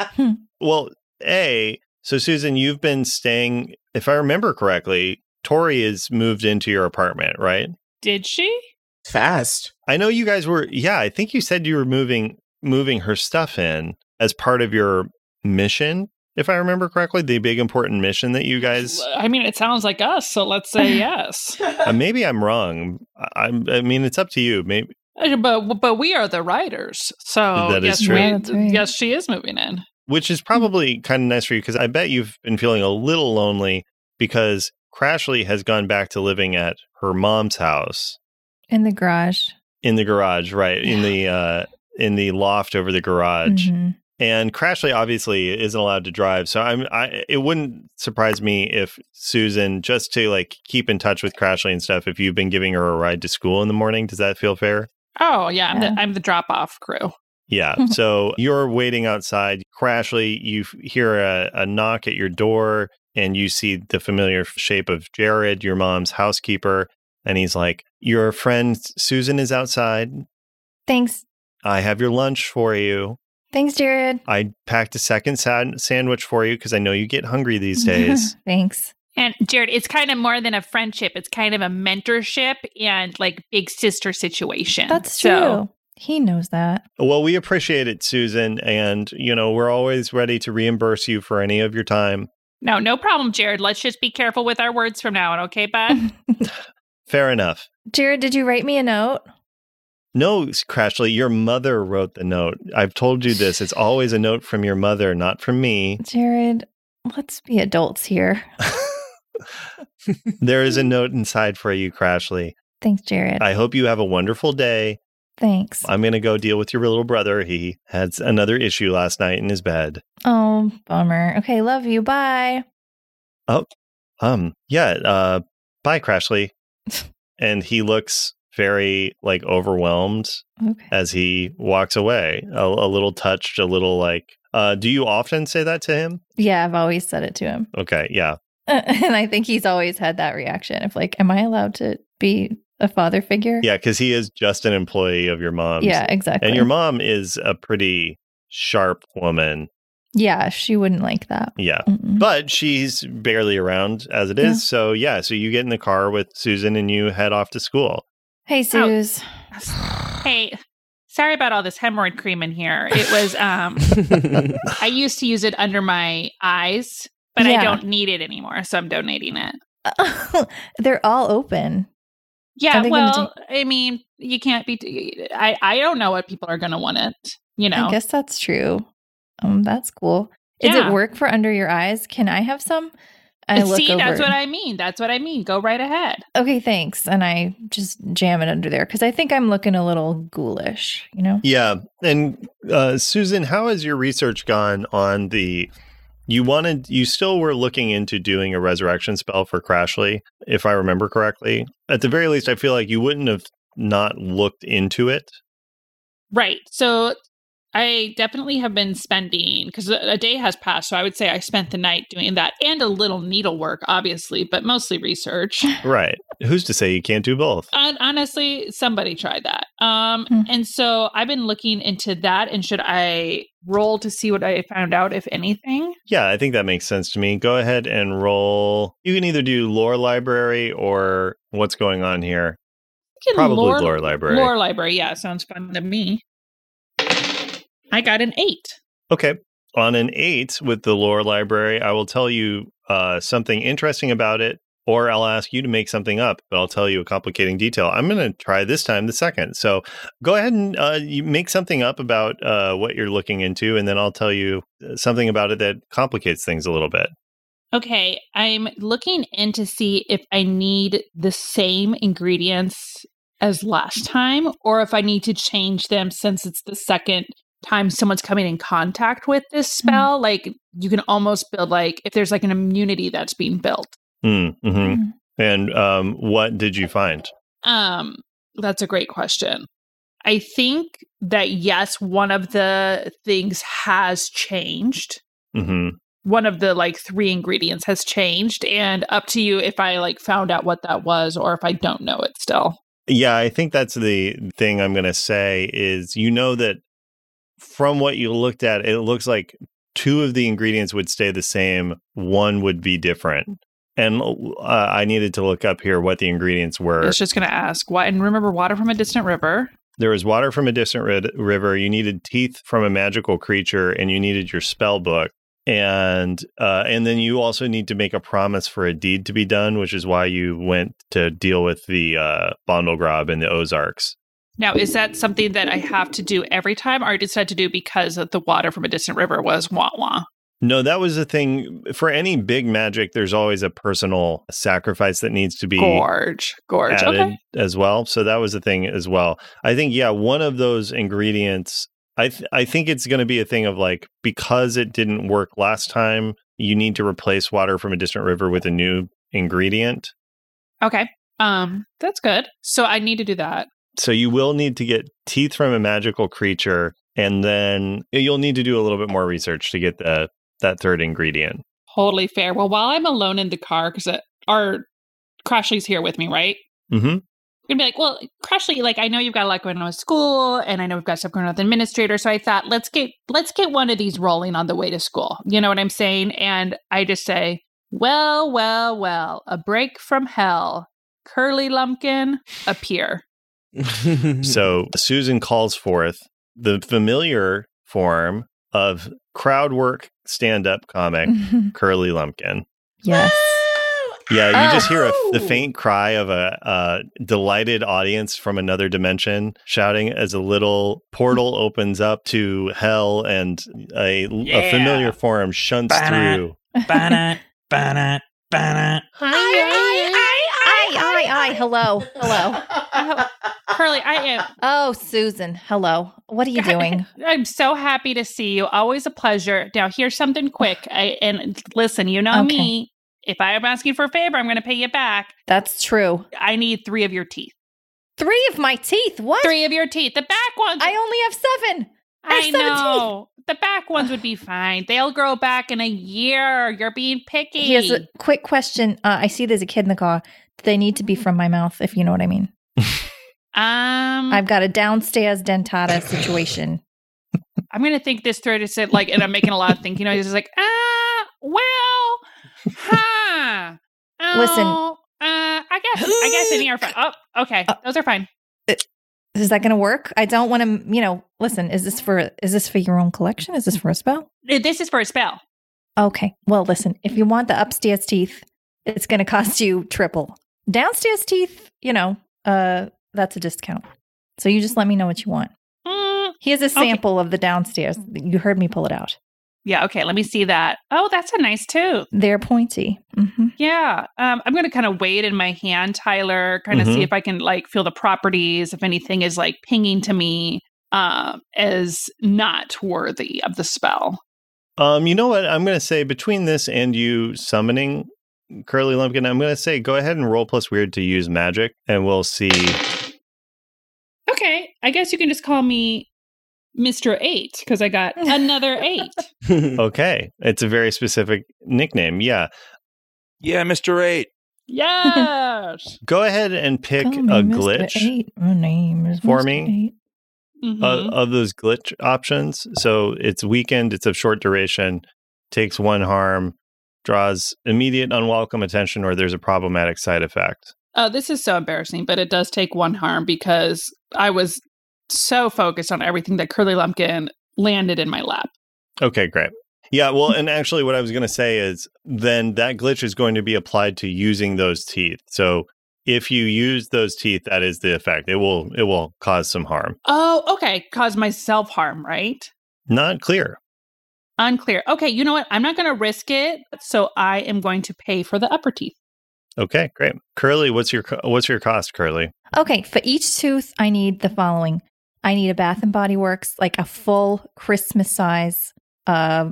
Speaker 4: Hmm.
Speaker 2: well, a so Susan, you've been staying. If I remember correctly, Tori has moved into your apartment, right?
Speaker 5: Did she?
Speaker 1: Fast.
Speaker 2: I know you guys were. Yeah, I think you said you were moving moving her stuff in as part of your mission. If I remember correctly, the big important mission that you guys.
Speaker 5: I mean, it sounds like us, so let's say yes.
Speaker 2: Uh, maybe I'm wrong. I, I'm- I mean, it's up to you. Maybe
Speaker 5: But but we are the writers, so
Speaker 2: That is
Speaker 5: yes,
Speaker 2: true.
Speaker 5: we-
Speaker 4: Yeah, that's right.
Speaker 5: yes, she is moving in.
Speaker 2: which is probably kind of nice for you because I bet you've been feeling a little lonely because Crashly has gone back to living at her mom's house
Speaker 4: In the garage.
Speaker 2: in the garage, right in the uh, in the loft over the garage.
Speaker 4: Mhm.
Speaker 2: And Crashly obviously isn't allowed to drive, so I'm I it wouldn't surprise me if Susan just to like keep in touch with Crashly and stuff. If you've been giving her a ride to school in the morning, does that feel fair?
Speaker 5: Oh yeah, I'm
Speaker 4: Yeah.
Speaker 5: the I'm the drop off crew.
Speaker 2: Yeah. So you're waiting outside. Crashly, you f- hear a, a knock at your door and you see the familiar shape of Jared, your mom's housekeeper. And he's like, Your friend Susan is outside.
Speaker 4: Thanks.
Speaker 2: I have your lunch for you.
Speaker 4: Thanks, Jared.
Speaker 2: I packed a second san- sandwich for you because I know you get hungry these days.
Speaker 4: Thanks.
Speaker 5: And Jared, it's kind of more than a friendship; it's kind of a mentorship and like big sister situation.
Speaker 4: That's true.
Speaker 5: So-
Speaker 4: he knows that.
Speaker 2: well, we appreciate it, Susan. And, you know, we're always ready to reimburse you for any of your time.
Speaker 5: no, no problem, Jared. Let's just be careful with our words from now on, okay, bud?
Speaker 2: Fair enough.
Speaker 4: Jared, did you write me a note?
Speaker 2: No, Crashly, your mother wrote the note. I've told you this. It's always a note from your mother, not from me.
Speaker 4: Jared, let's be adults here.
Speaker 2: there is a note inside for you, Crashly.
Speaker 4: Thanks, Jared.
Speaker 2: I hope you have a wonderful day.
Speaker 4: Thanks.
Speaker 2: I'm going to go deal with your little brother. He had s- another issue last night in his bed.
Speaker 4: Oh, bummer. Okay, love you. Bye.
Speaker 2: Um, yeah, uh, bye, Crashly. and he looks very like overwhelmed
Speaker 4: Okay.
Speaker 2: as he walks away, a, a little touched, a little like, uh, do you often say that to him?
Speaker 4: Yeah, I've always said it to him. Mm-hmm.
Speaker 2: Okay, yeah.
Speaker 4: and I think he's always had that reaction of like, am I allowed to be a father figure.
Speaker 2: Yeah, because he is just an employee of your mom's.
Speaker 4: Yeah, exactly.
Speaker 2: And your mom is a pretty sharp woman.
Speaker 4: Yeah, she wouldn't like that.
Speaker 2: Yeah.
Speaker 4: Mm-mm.
Speaker 2: But she's barely around as it is.
Speaker 4: Mm-hmm. Yeah.
Speaker 2: So, yeah. So you get in the car with Susan and you head off to school.
Speaker 4: Hey, Suze.
Speaker 5: Hey, sorry about all this hemorrhoid cream in here. It was um I used to use it under my eyes, but
Speaker 4: Yeah.
Speaker 5: I don't need it anymore, so I'm donating it.
Speaker 4: They're all open. Are
Speaker 5: Yeah,
Speaker 4: they gonna
Speaker 5: well, I mean, you can't be I I don't know what people are going to want it, you know.
Speaker 4: I guess that's true. Um, that's cool. Is
Speaker 5: Yeah.
Speaker 4: it work for under your eyes? Can I have some? I look
Speaker 5: See,
Speaker 4: over.
Speaker 5: that's what I mean. That's what I mean. Go right ahead.
Speaker 4: okay, thanks. And I just jam it under there because I think I'm looking a little ghoulish, you know?
Speaker 2: Yeah. And uh, Susan, how has your research gone on the. You wanted, you still were looking into doing a resurrection spell for Crashly, if I remember correctly. At the very least, I feel like you wouldn't have not looked into it.
Speaker 5: Right. So I definitely have been spending because a day has passed. So I would say I spent the night doing that and a little needlework, obviously, but mostly research.
Speaker 2: Right. Who's to say you can't do both?
Speaker 5: Hon- honestly, somebody tried that. Um,
Speaker 4: Hmm.
Speaker 5: and so I've been looking into that. And should I roll to see what I found out, if anything?
Speaker 2: Yeah, I think that makes sense to me. Go ahead and roll. You can either do lore library or what's going on here.
Speaker 5: Can
Speaker 2: Probably lore library.
Speaker 5: Lore library. Yeah, sounds fun to me. I got an eight.
Speaker 2: Okay. On an eight with the lore library, I will tell you uh, something interesting about it, or I'll ask you to make something up, but I'll tell you a complicating detail. I'm going to try this time the second. So go ahead and uh, you make something up about uh, what you're looking into, and then I'll tell you uh, something about it that complicates things a little bit.
Speaker 5: Okay, I'm looking in to see if I need the same ingredients as last time or if I need to change them since it's the second time someone's coming in contact with this spell. Like you can almost build like if there's like an immunity that's being built.
Speaker 2: Mm, hmm
Speaker 5: Mm-hmm.
Speaker 4: Mm.
Speaker 2: And um, what did you find?
Speaker 5: Um that's a great question. I think that yes, one of the things has changed.
Speaker 2: hmm
Speaker 5: one of the like three ingredients has changed and up to you if i like found out what that was or if i don't know it still
Speaker 2: Yeah, I think that's the thing I'm going to say is you know that from what you looked at, it looks like two of the ingredients would stay the same, one would be different. And uh, I needed to look up here what the ingredients
Speaker 5: I
Speaker 2: were.
Speaker 5: was just going to ask why and remember water from a distant river
Speaker 2: There was water from a distant rid- river, you needed teeth from a magical creature, and you needed your spell book. And uh, and then you also need to make a promise for a deed to be done, which is why you went to deal with the uh, Bondelgrab and the Ozarks.
Speaker 5: now is that something that i have to do every time or i just had to do because of the water from a distant river was wah wah
Speaker 2: No, that was the thing. For any big magic, there's always a personal sacrifice that needs to be
Speaker 5: gorge gorge
Speaker 2: added
Speaker 5: okay
Speaker 2: as well. So that was the thing as well. I think, yeah, one of those ingredients. I th- I think it's going to be a thing of like because it didn't work last time, you need to replace water from a distant river with a new ingredient.
Speaker 5: okay um that's good so i need to do that
Speaker 2: So you will need to get teeth from a magical creature, and then eh, you'll need to do a little bit more research to get the that third ingredient.
Speaker 5: totally fair well while i'm alone in the car because our crashly's here with me right
Speaker 2: Mm-hmm.
Speaker 5: You're gonna be like, well, Crashly, like I know you've got a lot going on with school, and I know we've got stuff going on with administrator. So I thought, let's get let's get one of these rolling on the way to school. You know what I'm saying? And I just say, well, well, well, a break from hell, curly lumpkin, appear.
Speaker 2: So Susan calls forth the familiar form of crowd work stand up comic
Speaker 4: Mm-hmm.
Speaker 2: Curly Lumpkin.
Speaker 4: Mm. yes.
Speaker 2: Yeah, you just hear a, the
Speaker 5: Oh.
Speaker 2: faint cry of a, uh delighted audience from another dimension shouting as a little portal opens up to hell and a, a
Speaker 6: Yeah.
Speaker 2: familiar form shunts
Speaker 6: Bah.
Speaker 2: through.
Speaker 6: Banat, banat, banat.
Speaker 4: Aye, aye, aye. Hello. Hello.
Speaker 5: Curly, I am
Speaker 4: Oh, Susan. Hello. What are you doing?
Speaker 5: I'm so happy to see you. Always a pleasure. Now here's something quick. I, and listen, you know
Speaker 4: Okay.
Speaker 5: me. If I am asking for a favor, I'm going to pay you back.
Speaker 4: That's true.
Speaker 5: I need three of your teeth.
Speaker 4: Three of my teeth. What?
Speaker 5: Three of your teeth. The back ones.
Speaker 4: I only have seven.
Speaker 5: I
Speaker 4: There's seven teeth.
Speaker 5: know. The back ones would be fine. They'll grow back in a year. You're being picky. Mm-hmm.
Speaker 4: Here's a quick question. Uh, I see there's a kid in the car. Do they need to be from my mouth, if you know what I mean?
Speaker 5: Um,
Speaker 2: Mm-hmm.
Speaker 4: I've got a downstairs dentata situation.
Speaker 5: I'm going to think this through to sit like, and I'm making a lot of thinking noises like, ah, well, huh.
Speaker 4: Listen.
Speaker 5: oh, Uh, I guess, I guess any are fine. Oh, okay.
Speaker 4: Uh,
Speaker 5: Those are fine.
Speaker 4: Is that going to work? I don't want to, you know, listen, is this for is this for your own collection? Is this for a spell?
Speaker 5: Uh, This is for a spell.
Speaker 4: Okay. Well, listen, if you want the upstairs teeth, it's going to cost you triple. Downstairs teeth, you know, uh that's a discount. So you just let me know what you want.
Speaker 5: Mm,
Speaker 4: Here's a
Speaker 5: Okay.
Speaker 4: sample of the downstairs. You heard me pull it out.
Speaker 5: yeah. Okay. Let me see that. Oh, that's a nice tooth.
Speaker 4: They're pointy. hmm
Speaker 5: Yeah. Um, I'm going to kind of wait in my hand, Tyler, kind of see
Speaker 2: Mhm.
Speaker 5: if I can like feel the properties, if anything is like pinging to me um, as not worthy of the spell.
Speaker 2: Um, you know what? I'm going to say between this and you summoning Curly Lumpkin, I'm going to say go ahead and roll plus weird to use magic, and we'll see.
Speaker 5: Okay. I guess you can just call me Mr. Eight because I got another eight.
Speaker 2: Okay, it's a very specific nickname. Yeah,
Speaker 3: Yeah, Mr. Eight.
Speaker 5: Yes.
Speaker 2: go ahead and pick
Speaker 4: Call me
Speaker 2: a
Speaker 4: Mr.
Speaker 2: glitch
Speaker 4: Eight. My name is
Speaker 2: for
Speaker 4: Mr.
Speaker 2: me.
Speaker 4: Eight.
Speaker 5: Mhm.
Speaker 2: uh, of those glitch options. So it's weakened, it's of short duration, takes one harm, draws immediate unwelcome attention, or there's a problematic side effect.
Speaker 5: oh, this is so embarrassing, but it does take one harm because I was so focused on everything that Curly Lumpkin landed in my lap.
Speaker 2: Okay, great. Yeah, well, and actually, what I was going to say is then that glitch is going to be applied to using those teeth. So if you use those teeth, that is the effect. It will it will cause some harm.
Speaker 5: Oh, okay. Caused myself harm, right?
Speaker 2: Not clear.
Speaker 5: Unclear. Okay, you know what? I'm not going to risk it, so I am going to pay for the upper teeth.
Speaker 2: Okay, great. Curly, what's your co- what's your cost, Curly?
Speaker 4: Okay, for each tooth, I need the following. I need a Bath and Body Works, like a full Christmas size uh,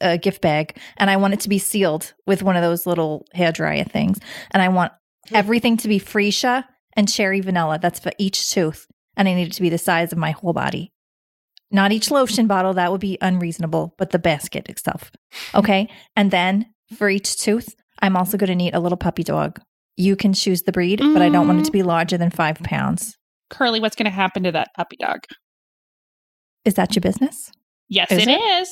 Speaker 4: uh, gift bag, and I want it to be sealed with one of those little hair dryer things. And I want everything to be freesia and cherry vanilla. That's for each tooth, and I need it to be the size of my whole body. Not each lotion bottle, that would be unreasonable, but the basket itself. Okay, and then for each tooth, I'm also going to need a little puppy dog. You can choose the breed, but I don't want it to be larger than five pounds.
Speaker 5: Curly, what's going to happen to that puppy dog?
Speaker 4: Is that your business?
Speaker 5: Yes,
Speaker 4: Is
Speaker 5: it
Speaker 4: it?
Speaker 5: is.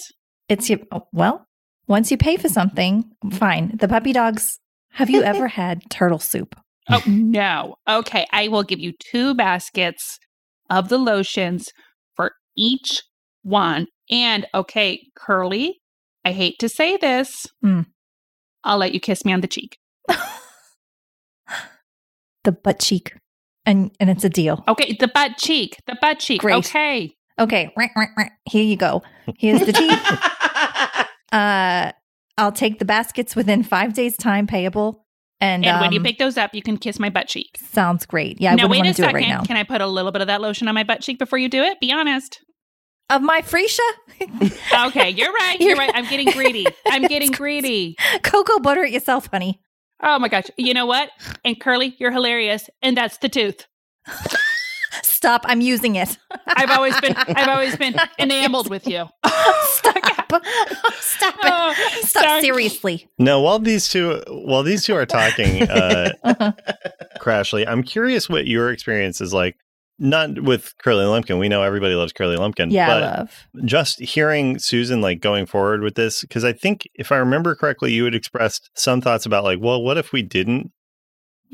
Speaker 4: It's your, oh, well, once you pay for something, fine. The puppy dogs, have you ever had turtle soup?
Speaker 5: Oh, no. Okay, I will give you two baskets of the lotions for each one. And okay, Curly, I hate to say this.
Speaker 4: Mm.
Speaker 5: I'll let you kiss me on the cheek.
Speaker 4: the butt cheek. And, and it's a deal.
Speaker 5: Okay, the butt cheek, the butt cheek.
Speaker 4: Great.
Speaker 5: Okay.
Speaker 4: Okay, right, right, right. Here you go. Here's the teeth. Uh, I'll take the baskets within five days' time payable. And,
Speaker 5: And, when you
Speaker 4: um,
Speaker 5: pick those up, you can kiss my butt cheek.
Speaker 4: sounds great. Yeah, I
Speaker 5: now,
Speaker 4: wouldn't
Speaker 5: wait
Speaker 4: want
Speaker 5: a
Speaker 4: to do
Speaker 5: second.
Speaker 4: it right now.
Speaker 5: Can I put a little bit of that lotion on my butt cheek before you do it? Be honest.
Speaker 4: of my freesia.
Speaker 5: Okay, you're right. You're right. I'm getting greedy. I'm getting greedy.
Speaker 4: Cocoa butter it yourself, honey.
Speaker 5: Oh my gosh. You know what? And Curly, you're hilarious. And that's the tooth.
Speaker 4: Stop, I'm using it.
Speaker 5: I've always been I've always been enameled with you.
Speaker 4: Stop. Stop it.
Speaker 5: Oh,
Speaker 4: Stop
Speaker 5: sorry.
Speaker 4: seriously.
Speaker 2: Now, while these two while these two are talking, uh,
Speaker 4: Uh-huh.
Speaker 2: Crashly, I'm curious what your experience is like. Not with Curly Lumpkin. We know everybody loves Curly Lumpkin.
Speaker 4: yeah,
Speaker 2: but
Speaker 4: love.
Speaker 2: just hearing Susan like going forward with this, because I think if I remember correctly, you had expressed some thoughts about like, well, what if we didn't?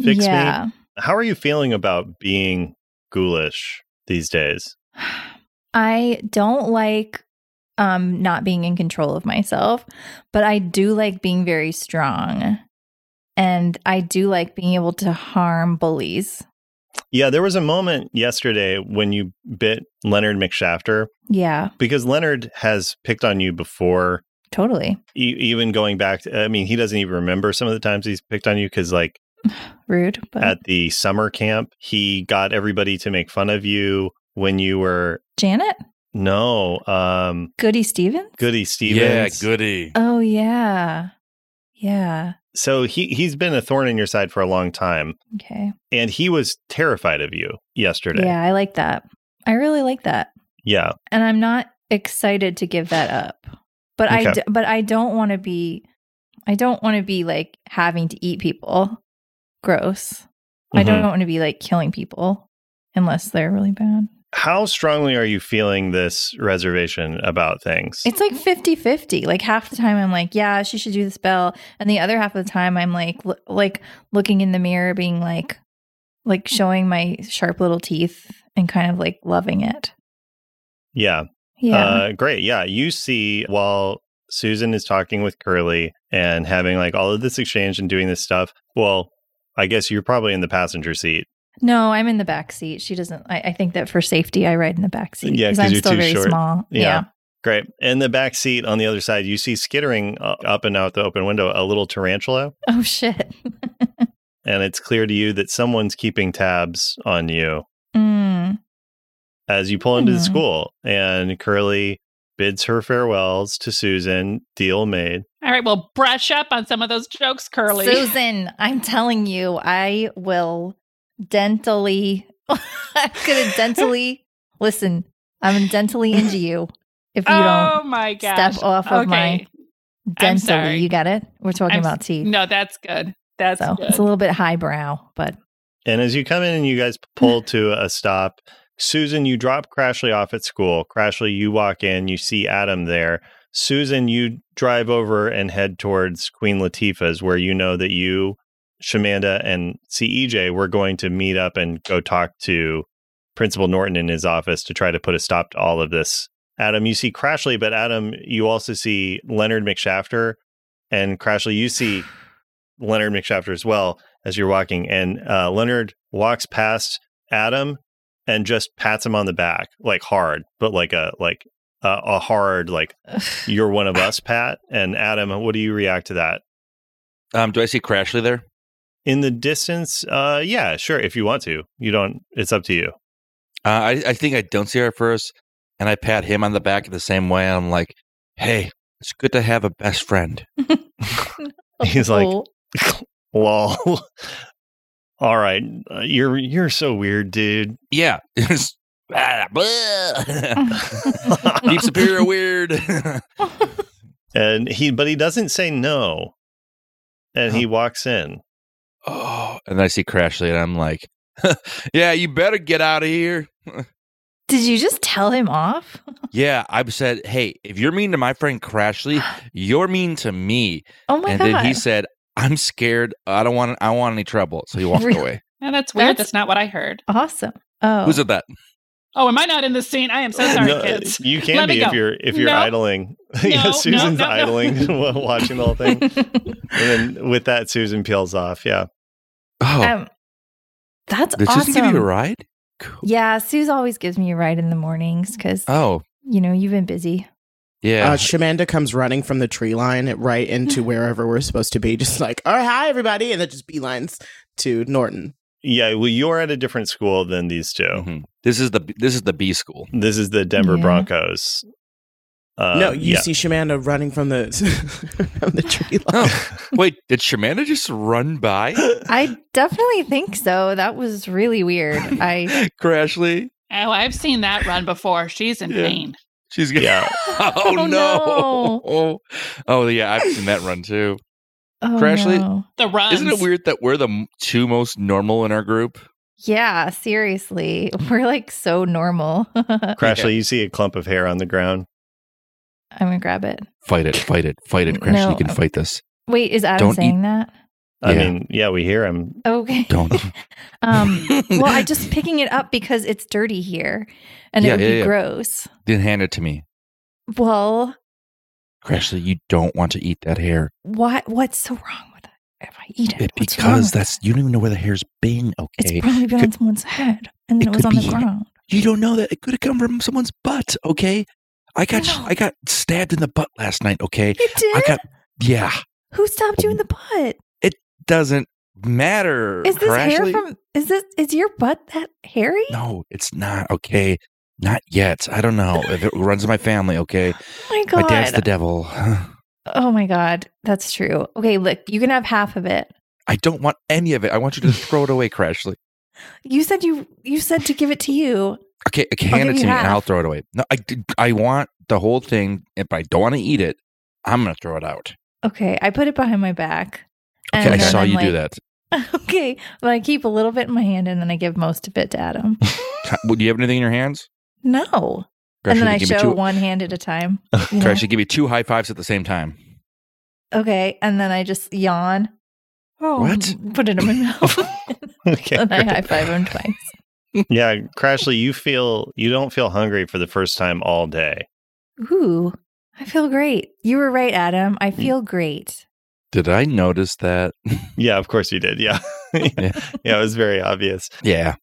Speaker 2: Fix me.
Speaker 4: yeah.
Speaker 2: How are you feeling about being ghoulish these days?
Speaker 4: I don't like um not being in control of myself, but I do like being very strong. And I do like being able to harm bullies.
Speaker 2: Yeah, there was a moment yesterday when you bit Leonard McShafter
Speaker 4: Yeah,
Speaker 2: because Leonard has picked on you before
Speaker 4: totally.
Speaker 2: e- even going back to, I mean, he doesn't even remember some of the times he's picked on you because, like,
Speaker 4: Rude, but
Speaker 2: at the summer camp, he got everybody to make fun of you when you were,
Speaker 4: Janet?
Speaker 2: no, um,
Speaker 4: Goody Stevens?
Speaker 2: Goody Stevens.
Speaker 3: Yeah, goody.
Speaker 4: Oh yeah. Yeah.
Speaker 2: So he, he's been a thorn in your side for a long time.
Speaker 4: Okay.
Speaker 2: And he was terrified of you yesterday.
Speaker 4: Yeah, I like that. I really like that.
Speaker 2: Yeah.
Speaker 4: and I'm not excited to give that up. But I
Speaker 2: Okay.
Speaker 4: d- but I don't want to be I don't want to be like having to eat people. Gross. I don't
Speaker 2: Mhm.
Speaker 4: want to be like killing people unless they're really bad.
Speaker 2: How strongly are you feeling this reservation about things?
Speaker 4: It's like 50 50. Like half the time I'm like, yeah, she should do the spell. And the other half of the time I'm like, l- like looking in the mirror, being like, like showing my sharp little teeth and kind of like loving it.
Speaker 2: yeah.
Speaker 4: Yeah.
Speaker 2: Uh, great. Yeah. You see, while Susan is talking with Curly and having like all of this exchange and doing this stuff, well, I guess you're probably in the passenger seat.
Speaker 4: no, I'm in the back seat. She doesn't, I, I think that for safety, I ride in the back seat
Speaker 2: Yeah, 'cause
Speaker 4: I'm
Speaker 2: you're
Speaker 4: still
Speaker 2: too
Speaker 4: very
Speaker 2: short.
Speaker 4: small.
Speaker 2: Yeah.
Speaker 4: Yeah.
Speaker 2: Great. In the back seat on the other side, you see skittering uh, up and out the open window a little tarantula.
Speaker 4: Oh, shit.
Speaker 2: And it's clear to you that someone's keeping tabs on you
Speaker 4: mm.
Speaker 2: as you pull into the
Speaker 4: Hmm.
Speaker 2: school. And Curly bids her farewells to Susan, deal made.
Speaker 5: All right, well, brush up on some of those jokes, Curly.
Speaker 4: Susan, I'm telling you, I will dentally, I'm going to dentally, listen, I'm going to dentally injure you if you don't.
Speaker 5: oh my gosh.
Speaker 4: step off of my
Speaker 5: I'm
Speaker 4: dentally.
Speaker 5: sorry.
Speaker 4: You get it? We're talking
Speaker 5: I'm s-
Speaker 4: about teeth.
Speaker 5: No, that's good. That's
Speaker 4: so
Speaker 5: good.
Speaker 4: it's a little bit highbrow, but
Speaker 2: And as you come in and you guys pull to a stop, Susan, you drop Crashly off at school. Crashly, you walk in, you see Adam there. Susan, you drive over and head towards Queen Latifah's, where you know that you, Shamanda, and CEJ were going to meet up and go talk to Principal Norton in his office to try to put a stop to all of this. Adam, you see Crashly, but Adam, you also see Leonard McShafter. And Crashly, you see Leonard McShafter as well as you're walking. And uh, Leonard walks past Adam and just pats him on the back, like hard, but like a like a, a hard like you're one of us pat. And Adam, what do you react to that?
Speaker 3: Um, do I see Crashly there?
Speaker 2: In the distance, uh, yeah, sure, if you want to, you don't. It's up to you.
Speaker 3: Uh, I, I think I don't see her at first, and I pat him on the back the same way. I'm like, hey, it's good to have a best friend.
Speaker 2: He's like-
Speaker 4: Oh,
Speaker 2: Lol. All right, uh, you're you're so weird, dude.
Speaker 3: Yeah. Ah, blah. Deep superior weird.
Speaker 2: and he, but he doesn't say no, and he walks in.
Speaker 3: oh, and then I see Crashly, and I'm like, yeah, you better get out of here.
Speaker 4: Did you just tell him off?
Speaker 3: Yeah, I said, hey, if you're mean to my friend Crashly, you're mean to me.
Speaker 4: Oh my
Speaker 3: and
Speaker 4: god!
Speaker 3: then he said, I'm scared. I don't want. I don't want any trouble. So he walked
Speaker 4: Really?
Speaker 3: away.
Speaker 5: Now, that's weird.
Speaker 4: That's-
Speaker 5: That's, not what I heard.
Speaker 4: awesome. Oh,
Speaker 3: Who's at that?
Speaker 5: Oh, am I not in the scene? I am so sorry,
Speaker 2: No,
Speaker 5: kids.
Speaker 2: You can
Speaker 5: Let me
Speaker 2: be if
Speaker 5: go.
Speaker 2: you're if you're
Speaker 5: No.
Speaker 2: idling.
Speaker 5: No,
Speaker 2: yeah,
Speaker 5: no,
Speaker 2: Susan's
Speaker 5: no, no.
Speaker 2: idling while watching the whole thing. and then with that, Susan peels off. Yeah.
Speaker 3: Oh,
Speaker 4: um, that's
Speaker 3: did
Speaker 4: awesome.
Speaker 3: Susan give you a ride? Cool.
Speaker 4: Yeah, Suze always gives me a ride in the mornings because
Speaker 3: Oh,
Speaker 4: you know you've been busy.
Speaker 3: yeah.
Speaker 1: Uh, Shamanda comes running from the tree line right into wherever we're supposed to be, just like, all right, hi, everybody. And then just beelines to Norton.
Speaker 2: Yeah. Well, you're at a different school than these 2
Speaker 3: Mhm. This is the this is the B school.
Speaker 2: This is the Denver
Speaker 4: Yeah.
Speaker 2: Broncos. Uh,
Speaker 1: no, you
Speaker 2: yeah.
Speaker 1: see Shamanda running from the, from the tree line.
Speaker 3: Oh, wait, did Shamanda just run by
Speaker 4: I definitely think so. That was really weird. I
Speaker 3: Crashly?
Speaker 5: Oh, I've seen that run before. She's in
Speaker 3: Yeah.
Speaker 5: pain.
Speaker 3: She's gonna.
Speaker 2: Yeah.
Speaker 3: Oh,
Speaker 4: Oh,
Speaker 3: no.
Speaker 4: no.
Speaker 3: Oh yeah, I've seen that run too.
Speaker 4: oh,
Speaker 3: Crashly-
Speaker 4: no.
Speaker 5: The runs.
Speaker 3: Isn't it weird that we're the m- two most normal in our group?
Speaker 4: Yeah, seriously, we're like so normal. I'm
Speaker 2: Crashly, you see a clump of hair on the ground.
Speaker 4: gonna grab it.
Speaker 3: Fight it, fight it, fight it,
Speaker 4: No.
Speaker 3: Crashly. You can fight this.
Speaker 4: Wait, is Adam
Speaker 3: Don't eat-
Speaker 4: saying that?
Speaker 2: I
Speaker 3: Yeah.
Speaker 2: mean, yeah, we hear him.
Speaker 4: Okay.
Speaker 3: Don't.
Speaker 4: um well, I just picking it up because it's dirty here and
Speaker 3: Yeah,
Speaker 4: it would
Speaker 3: yeah,
Speaker 4: be
Speaker 3: yeah.
Speaker 4: gross.
Speaker 3: then hand it to me,
Speaker 4: Well,
Speaker 3: Crashly. You don't want to eat that hair
Speaker 4: what what's so wrong with it if I eat it?
Speaker 3: It-
Speaker 4: What's wrong
Speaker 3: because
Speaker 4: with
Speaker 3: that's
Speaker 4: it?
Speaker 3: you don't even know where the hair's been. Okay,
Speaker 4: it's probably been on
Speaker 3: could-
Speaker 4: someone's head and then
Speaker 3: it
Speaker 4: it, was
Speaker 3: could
Speaker 4: on the
Speaker 3: be-
Speaker 4: ground.
Speaker 3: you don't know that it could have come from someone's butt. Okay, I got
Speaker 4: know. Eh?
Speaker 3: I got stabbed in the butt last night. Okay,
Speaker 4: You did?
Speaker 3: I got yeah.
Speaker 4: Who stabbed you in the butt?
Speaker 3: Doesn't matter.
Speaker 4: Is this hair
Speaker 3: Crashly.
Speaker 4: from is this is your butt that hairy?
Speaker 3: No, it's not. Okay. Not yet. I don't know. If It runs in my family. Okay.
Speaker 4: Oh my god.
Speaker 3: My dad's the devil.
Speaker 4: oh my god. That's true. Okay, look, you can have half of it.
Speaker 3: I don't want any of it. I want you to throw it away, Crashly.
Speaker 4: You said you you said to give it to you.
Speaker 3: Okay. okay
Speaker 4: I'll
Speaker 3: hand it to
Speaker 4: give Oh, you
Speaker 3: me and I'll
Speaker 4: half.
Speaker 3: throw it away. No, I, d- I want the whole thing. If I don't want to eat it, I'm going to throw it out.
Speaker 4: Okay, I put it behind my back.
Speaker 3: Okay. I
Speaker 4: then
Speaker 3: saw
Speaker 4: I'm
Speaker 3: you do
Speaker 4: like-
Speaker 3: that.
Speaker 4: Okay. Well, I keep a little bit in my hand and then I give most of it to Adam.
Speaker 3: Would you have anything in your hands?
Speaker 4: No.
Speaker 3: Can
Speaker 4: and then I
Speaker 3: actually give
Speaker 4: show
Speaker 3: you two-
Speaker 4: one hand at a time. you
Speaker 3: can
Speaker 4: know?
Speaker 3: I actually give you two high fives at the same time.
Speaker 4: Okay. And then I just yawn. Oh,
Speaker 3: What?
Speaker 4: Put it in my mouth.
Speaker 2: Okay.
Speaker 4: and I high five him twice.
Speaker 2: yeah, Crashly, you feel you don't feel hungry for the first time all day.
Speaker 4: Ooh, I feel great. You were right, Adam. I feel great.
Speaker 3: Did I notice that?
Speaker 2: Yeah, of course you did. Yeah. yeah, it was very obvious.
Speaker 3: yeah.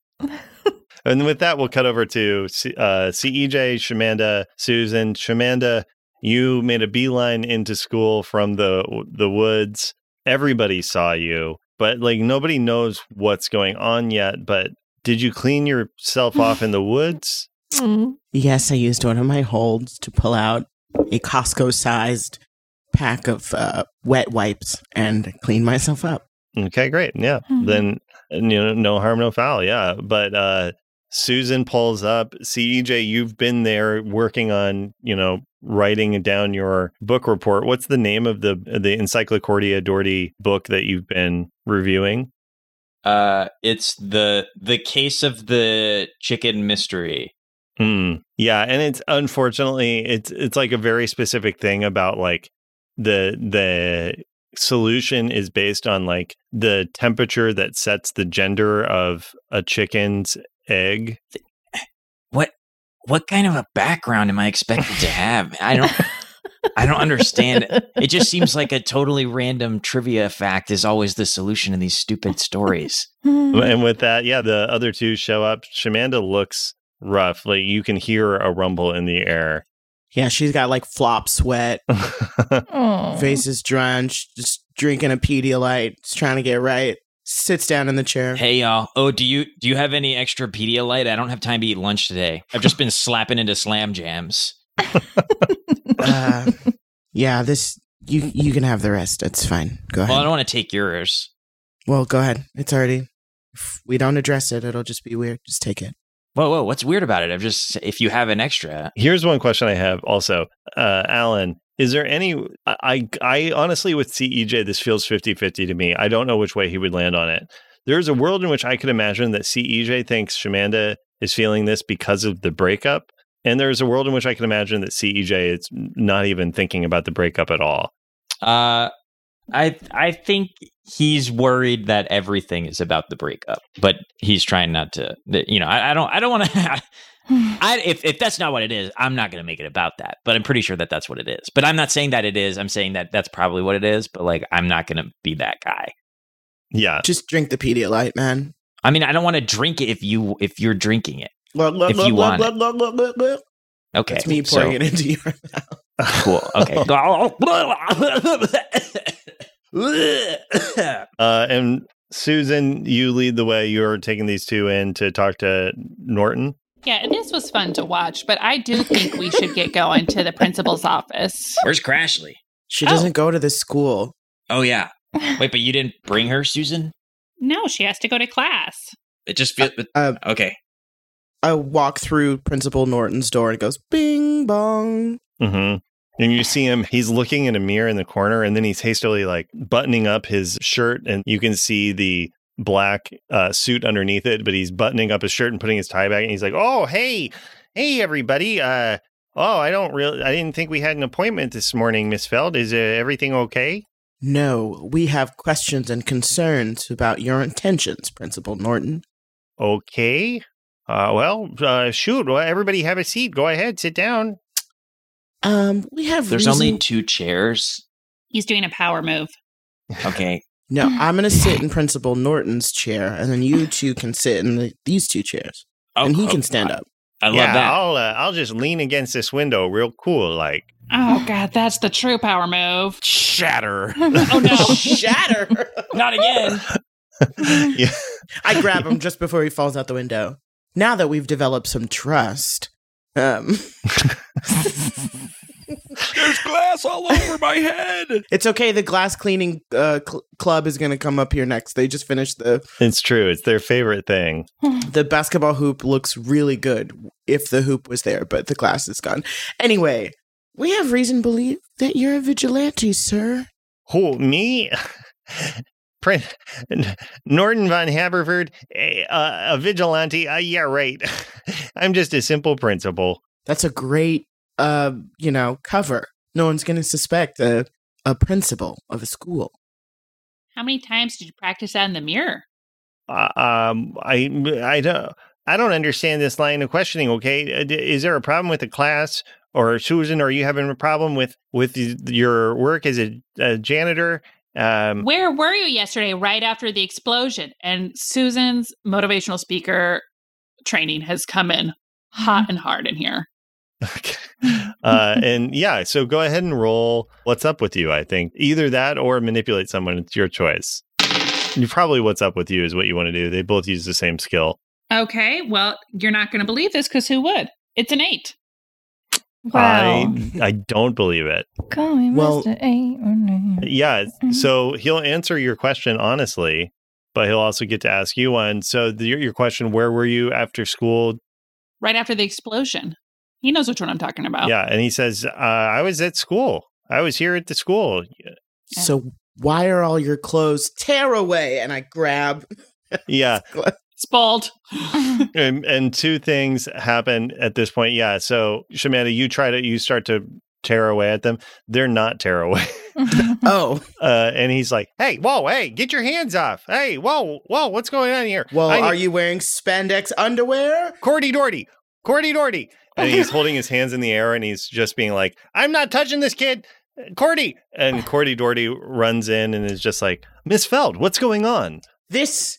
Speaker 2: And with that, we'll cut over to C- uh, CEJ, Shamanda, Susan. Shamanda, you made a beeline into school from the the woods. Everybody saw you, but like nobody knows what's going on yet. But did you clean yourself off in the woods?
Speaker 4: Mm.
Speaker 1: Yes, I used one of my holds to pull out a Costco sized pack of uh, wet wipes and clean myself up.
Speaker 2: Okay, great. Yeah.
Speaker 4: Mhm.
Speaker 2: Then uh, you know, no harm, no foul. Yeah. But uh Susan pulls up. CEJ, you've been there working on, you know, writing down your book report. What's the name of the the Encyclopedia Doherty book that you've been reviewing?
Speaker 6: Uh, it's the the case of the chicken mystery.
Speaker 2: Hmm. Yeah, and it's unfortunately it's it's like a very specific thing about like the the solution is based on like the temperature that sets the gender of a chicken's egg.
Speaker 6: What what kind of a background am I expected to have? I don't I don't understand it. It just seems like a totally random trivia fact is always the solution in these stupid stories.
Speaker 4: Mm.
Speaker 2: And with that, yeah, the other two show up. Shamanda looks rough. Like you can hear a rumble in the air.
Speaker 1: Yeah, she's got like flop sweat,
Speaker 4: Oh.
Speaker 1: face is drenched, just drinking a Pedialyte, just trying to get right. Sits down in the chair.
Speaker 6: Hey y'all. Oh, do you do you have any extra Pedialyte? I don't have time to eat lunch today. I've just been slapping into slam jams.
Speaker 1: Uh, yeah, this you you can have the rest. It's fine. Go ahead.
Speaker 6: Well, I
Speaker 1: Well,
Speaker 6: don't want to take yours.
Speaker 1: go ahead. It's already. If we don't address it, it'll just be weird. Just take it.
Speaker 6: Whoa, whoa, what's weird about it? I've just if you have an extra.
Speaker 2: Here's one question I have also. Uh, Alan, is there any I I I honestly with CEJ this feels 50-50 to me. I don't know which way he would land on it. There's a world in which I could imagine that CEJ thinks Shamanda is feeling this because of the breakup. And there's a world in which I can imagine that CEJ is not even thinking about the breakup at all.
Speaker 6: Uh I I think he's worried that everything is about the breakup, but he's trying not to that- you know, I, I don't I don't want to I if if that's not what it is, I'm not going to make it about that. But I'm pretty sure that that's what it is. But I'm not saying that it is. I'm saying that that's probably what it is, but like I'm not going to be that guy.
Speaker 2: Yeah.
Speaker 1: Just drink the Pedialyte, man.
Speaker 6: I mean, I don't want to drink it if you if you're drinking it.
Speaker 1: Look, look,
Speaker 6: If you want it.
Speaker 1: look, look, look, look.
Speaker 6: Okay,
Speaker 1: That's me pouring it into your mouth.
Speaker 6: Cool. Okay.
Speaker 2: Uh, and Susan, you lead the way. You're taking these two in to talk to Norton.
Speaker 5: Yeah, and this was fun to watch, but I do think we should get going to the principal's office.
Speaker 6: Where's Crashly?
Speaker 1: She
Speaker 5: Oh.
Speaker 1: doesn't go to the school.
Speaker 6: Oh yeah. Wait, but you didn't bring her, Susan?
Speaker 5: No, she has to go to class.
Speaker 6: It just feels.
Speaker 1: Uh,
Speaker 6: okay.
Speaker 1: I walk through Principal Norton's door and it goes bing bong.
Speaker 2: Mm-hmm. And you see him, he's looking in a mirror in the corner, and then he's hastily like buttoning up his shirt, and you can see the black uh, suit underneath it, but he's buttoning up his shirt and putting his tie back, and he's like, Oh, hey, hey, everybody. Uh, oh, I don't really, I didn't think we had an appointment this morning, Miss Feld. Is uh, everything okay?
Speaker 1: No, we have questions and concerns about your intentions, Principal Norton.
Speaker 2: Okay. Uh, well, uh, shoot. Well, everybody have a seat. Go ahead, sit down.
Speaker 1: Um, we have
Speaker 6: There's
Speaker 1: reason-
Speaker 6: only two chairs.
Speaker 5: He's doing a power move.
Speaker 6: Okay.
Speaker 1: No, I'm gonna sit in Principal Norton's chair, and then you two can sit in the, these two chairs,
Speaker 6: Oh,
Speaker 1: and he
Speaker 6: oh,
Speaker 1: can stand up.
Speaker 6: I, I love
Speaker 2: yeah,
Speaker 6: that.
Speaker 2: I'll uh, I'll just lean against this window real cool, like.
Speaker 5: Oh god, that's the true power move.
Speaker 3: Shatter.
Speaker 5: Oh no.
Speaker 1: Shatter!
Speaker 6: Not again.
Speaker 2: yeah.
Speaker 1: I grab him just before he falls out the window. Now that we've developed some trust, um,
Speaker 3: There's glass all over my head.
Speaker 1: it's okay. The glass cleaning uh, cl- club is gonna come up here next. They just finished the
Speaker 2: It's true. It's their favorite thing.
Speaker 1: the basketball hoop looks really good if the hoop was there, but the glass is gone. Anyway, we have reason to believe that you're a vigilante, sir.
Speaker 2: Who me? Prin Norton von Haberford, a, uh, a vigilante. Uh, yeah, right. I'm just a simple principal.
Speaker 1: That's a great, uh, you know, cover. No one's going to suspect a, a principal of a school.
Speaker 5: How many times did you practice that in the mirror?
Speaker 2: Uh, um, I, I don't, I don't understand this line of questioning. Okay, Uh, d- is there a problem with the class, or Susan? Are you having a problem with with y- your work as a, a janitor? Um,
Speaker 5: Where were you yesterday right after the explosion? And Susan's motivational speaker training has come in hot and hard in here.
Speaker 2: Okay. uh, and yeah, so go ahead and roll. What's up with you? I think either that or manipulate someone. It's your choice. You probably what's up with you is what you want to do. They both use the same skill.
Speaker 5: Okay, well, you're not going to believe this because who would? It's an eight.
Speaker 4: Wow.
Speaker 2: I I don't believe it.
Speaker 4: Going,
Speaker 1: Well-
Speaker 4: Mr. Eight or nine.
Speaker 2: Yeah. So he'll answer your question honestly, but he'll also get to ask you one. So the, your question, where were you after school?
Speaker 5: Right after the explosion. He knows which one I'm talking about.
Speaker 2: Yeah, and he says, uh, I was at school. I was here at the school.
Speaker 5: Yeah.
Speaker 1: So why are all your clothes tear away? And I grab.
Speaker 2: Yeah.
Speaker 5: Spald. Oh.
Speaker 2: and, and two things happen at this point. Yeah. So Shamanda, you try to you start to tear away at them. They're not tear away.
Speaker 1: Oh,
Speaker 2: Uh, and he's like, "Hey, whoa, hey, get your hands off! Hey, whoa, whoa, what's going on here?
Speaker 1: well,
Speaker 2: I-
Speaker 1: are you wearing spandex underwear?
Speaker 2: Cordy Doherty, Cordy Doherty?" And he's holding his hands in the air and he's just being like, "I'm not touching this kid, Cordy." And Cordy Doherty runs in and is just like, "Miss Feld, what's going on?"
Speaker 1: This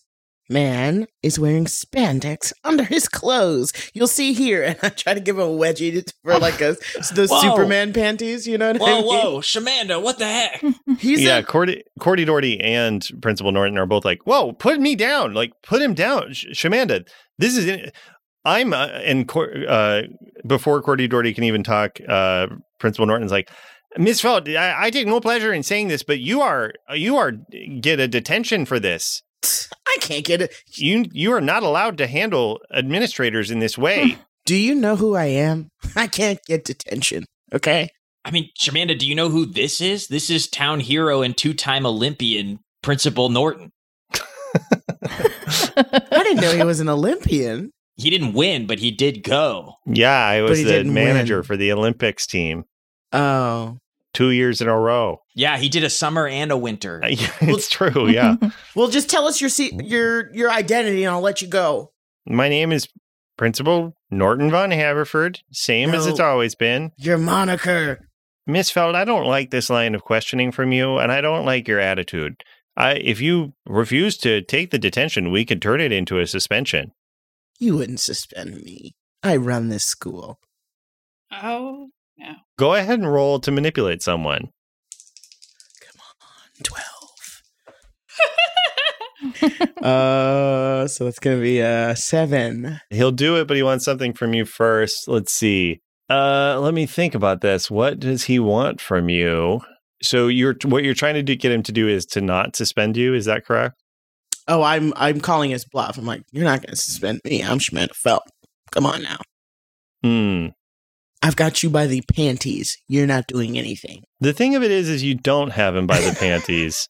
Speaker 1: man is wearing spandex under his clothes. You'll see here. And I try to give him a wedgie to- for like a, those
Speaker 6: Whoa.
Speaker 1: Superman panties. You Hmm. know what I
Speaker 6: Whoa,
Speaker 1: mean?
Speaker 6: whoa, Shamanda, what the heck?
Speaker 1: He's
Speaker 2: yeah,
Speaker 1: yeah.
Speaker 2: Cordy, Cordy Doherty and Principal Norton are both like, "Whoa, put me down! Like, put him down, Sh- Shamanda. This is in- I'm uh, and Cor- uh, before Cordy Doherty can even talk, uh, Principal Norton's like." Miss Feld, I, I take no pleasure in saying this, but you are you are get a detention for this.
Speaker 1: I can't get it.
Speaker 2: You you are not allowed to handle administrators in this way.
Speaker 1: Do you know who I am? I can't get detention. Okay.
Speaker 6: I mean, Shamanda, do you know who this is? This is town hero and two time Olympian Principal Norton.
Speaker 1: I didn't know he was an Olympian.
Speaker 6: He didn't win, but he did go.
Speaker 2: yeah, I
Speaker 1: But
Speaker 2: was
Speaker 1: he
Speaker 2: the
Speaker 1: didn't
Speaker 2: manager
Speaker 1: win.
Speaker 2: for the Olympics team
Speaker 1: Oh.
Speaker 2: two years in a row.
Speaker 6: Yeah, he did a summer and a winter.
Speaker 2: it's true. Yeah.
Speaker 1: Well, just tell us your se- your your identity and I'll let you go.
Speaker 2: My name is Principal Norton von Haverford, same as
Speaker 1: No.
Speaker 2: it's always been.
Speaker 1: Your moniker.
Speaker 2: Miss Feld, I don't like this line of questioning from you, and I don't like your attitude. I, if you refuse to take the detention, we could turn it into a suspension.
Speaker 1: You wouldn't suspend me. I run this school.
Speaker 5: Oh.
Speaker 2: Go ahead and roll to manipulate someone.
Speaker 1: 12. Uh, so that's going to be uh 7.
Speaker 2: He'll do it, but he wants something from you first. Let's see. Uh, let me think about this. What does he want from you? So you're what you're trying to do, get him to do is to not suspend you. Is that correct?
Speaker 1: Oh, I'm I'm calling his bluff. I'm like, you're not going to suspend me. I'm Shemanda Felt. Come on now.
Speaker 2: Hmm.
Speaker 1: I've got you by the panties. You're not doing anything.
Speaker 2: The thing of it is, is you don't have him by the panties.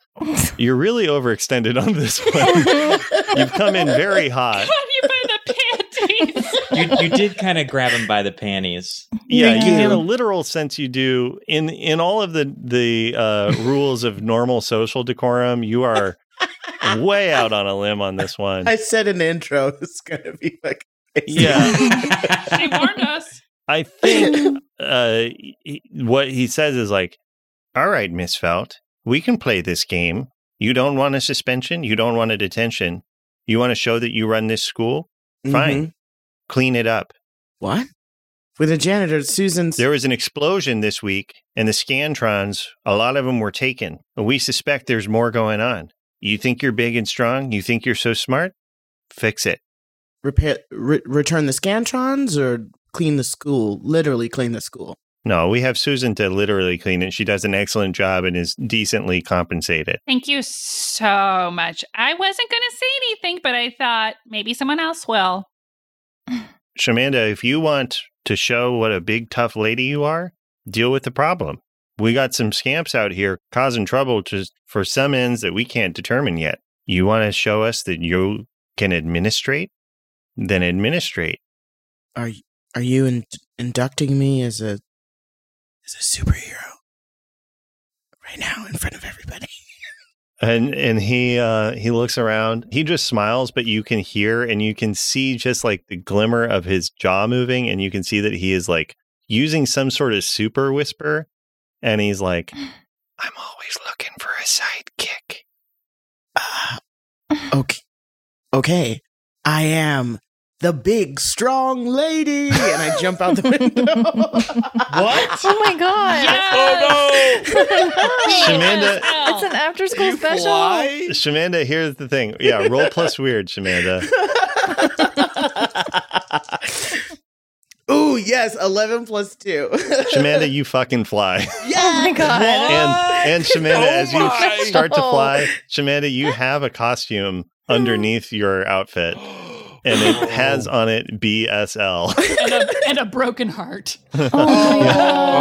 Speaker 2: You're really overextended on this one. You've come in very hot.
Speaker 5: Have you by the panties?
Speaker 6: you, you did kind of grab him by the panties.
Speaker 2: Yeah,
Speaker 1: Thank
Speaker 2: you-
Speaker 1: you.
Speaker 2: in a literal sense, you do. In in all of the the uh, rules of normal social decorum, you are way out on a limb on this one.
Speaker 1: I said an intro. It's going to be like
Speaker 2: Yeah.
Speaker 5: she warned us.
Speaker 2: I think uh, he- what he says is like, "All right, Miss Felt, we can play this game. You don't want a suspension. You don't want a detention. You want to show that you run this school. Fine,
Speaker 1: Mhm.
Speaker 2: clean it up."
Speaker 1: What? With a janitor, Susan's
Speaker 2: There was an explosion this week, and the Scantrons, a lot of them were taken. But we suspect there's more going on. You think you're big and strong? You think you're so smart? Fix it.
Speaker 1: repair re- return the scantrons or clean the school literally clean the school
Speaker 2: No, we have Susan to literally clean it. She does an excellent job and is decently compensated.
Speaker 5: Thank you so much. I wasn't going to say anything, but I thought maybe someone else will.
Speaker 2: Shamanda, if you want to show what a big, tough lady you are, deal with the problem. We got some scamps out here causing trouble just for some ends that we can't determine yet. You want to show us that you can administrate? Then administrate.
Speaker 1: Are y- are you in- inducting me as a as a superhero right now in front of everybody?
Speaker 2: and and he uh he looks around he just smiles but you can hear and you can see just like the glimmer of his jaw moving and you can see that he is like using some sort of super whisper and he's like i'm always looking for a sidekick
Speaker 1: Uh, okay, okay. I am the big strong lady, and I jump out the window.
Speaker 6: What?
Speaker 4: Oh my god.
Speaker 5: Oh, Yes!
Speaker 2: Shamanda-
Speaker 4: It's an after school special.
Speaker 2: shamanda here's the thing yeah roll plus weird shamanda
Speaker 1: Ooh, yes, eleven plus two.
Speaker 2: shamanda you fucking fly
Speaker 4: Oh my god.
Speaker 2: and and Shamanda,
Speaker 3: Oh
Speaker 2: as you
Speaker 3: my.
Speaker 2: start to
Speaker 4: No.
Speaker 2: fly, Shamanda, you have a costume underneath your outfit, and it has on it BSL,
Speaker 5: and, a, and a broken heart.
Speaker 4: oh my god.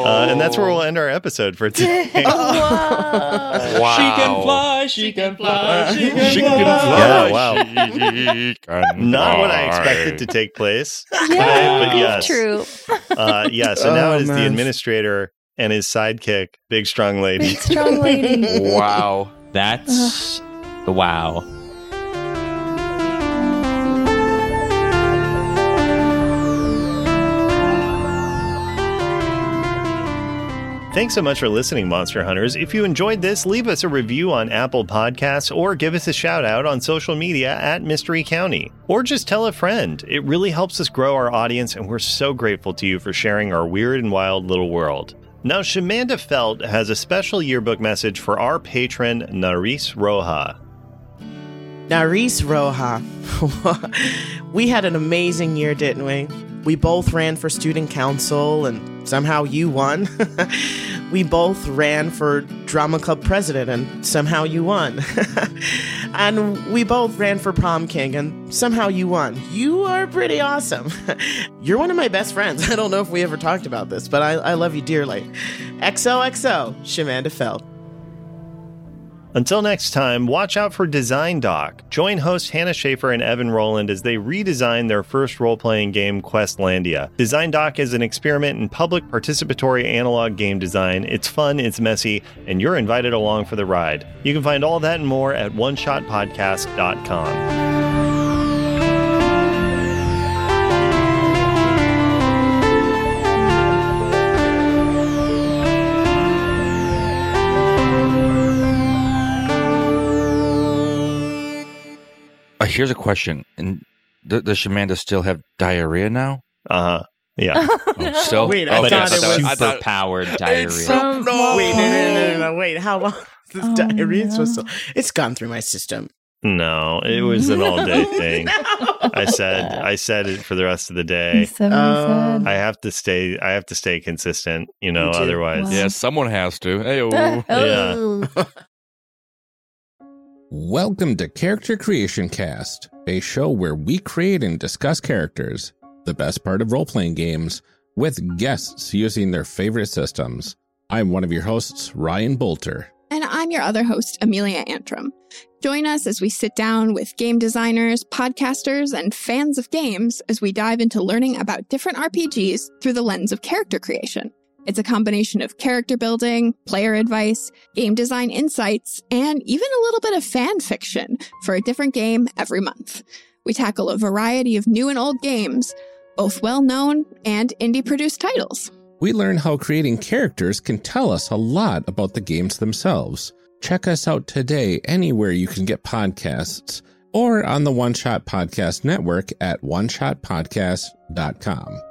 Speaker 3: Oh.
Speaker 2: uh, and that's where we'll end our episode for today.
Speaker 4: Wow.
Speaker 3: Wow.
Speaker 6: She can fly, she can fly, she can
Speaker 3: She
Speaker 6: fly.
Speaker 3: can
Speaker 2: Yeah,
Speaker 3: fly.
Speaker 2: wow.
Speaker 3: She can
Speaker 2: Not what I expected
Speaker 3: fly.
Speaker 2: to take place.
Speaker 4: Yeah,
Speaker 2: But yes.
Speaker 4: true.
Speaker 2: Uh, yeah, so now
Speaker 1: Oh,
Speaker 2: it is the
Speaker 1: man.
Speaker 2: administrator and his sidekick, Big Strong Lady.
Speaker 4: Big strong lady.
Speaker 3: Wow.
Speaker 6: That's the wow.
Speaker 2: Thanks so much for listening, Monster Hunters. If you enjoyed this, leave us a review on Apple Podcasts or give us a shout out on social media at Mystery County. Or just tell a friend. It really helps us grow our audience, and we're so grateful to you for sharing our weird and wild little world. Now, Shamanda Felt has a special yearbook message for our patron, Naris Roja.
Speaker 1: Naris Roja. we had an amazing year, didn't we? We both ran for student council and somehow you won. we both ran for drama club president and somehow you won. and we both ran for prom king and somehow you won. You are pretty awesome. You're one of my best friends. I don't know if we ever talked about this, but I, I love you dearly. XOXO, Shamanda Feld.
Speaker 2: Until next time, watch out for Design Doc. Join hosts Hannah Schaefer and Evan Rowland as they redesign their first role playing game, Questlandia. Design Doc is an experiment in public participatory analog game design. It's fun, it's messy, and you're invited along for the ride. You can find all that and more at oneshotpodcast.com.
Speaker 3: Uh, here's a question. And th- does Shamanda still have diarrhea now?
Speaker 2: Uh huh. Yeah.
Speaker 3: Oh, still?
Speaker 1: Wait, I
Speaker 3: Okay,
Speaker 1: thought it
Speaker 3: so-
Speaker 1: was-
Speaker 3: I
Speaker 6: super
Speaker 3: thought-
Speaker 6: powered diarrhea.
Speaker 3: It's so- no.
Speaker 1: Wait, no, no, no, no, no, wait. How long is this
Speaker 4: Oh,
Speaker 1: diarrhea
Speaker 4: no.
Speaker 1: supposed to? It's gone through my system.
Speaker 2: no, it was an all day thing.
Speaker 1: No.
Speaker 2: I said I said it for the rest of the day.
Speaker 4: He's so
Speaker 1: Um,
Speaker 4: sad.
Speaker 2: I have to stay I have to stay consistent, you know,
Speaker 1: You do.
Speaker 2: otherwise.
Speaker 4: Wow.
Speaker 3: Yeah, someone has to. Hey,
Speaker 4: Oh.
Speaker 7: Welcome to Character Creation Cast, a show where we create and discuss characters, the best part of role playing games, with guests using their favorite systems. I'm one of your hosts, Ryan Bolter.
Speaker 8: And I'm your other host, Amelia Antrim. Join us as we sit down with game designers, podcasters, and fans of games as we dive into learning about different RPGs through the lens of character creation. It's a combination of character building, player advice, game design insights, and even a little bit of fan fiction for a different game every month. We tackle a variety of new and old games, both well known and indie produced titles.
Speaker 7: We learn how creating characters can tell us a lot about the games themselves. Check us out today anywhere you can get podcasts or on the One Shot Podcast Network at oneshotpodcast.com.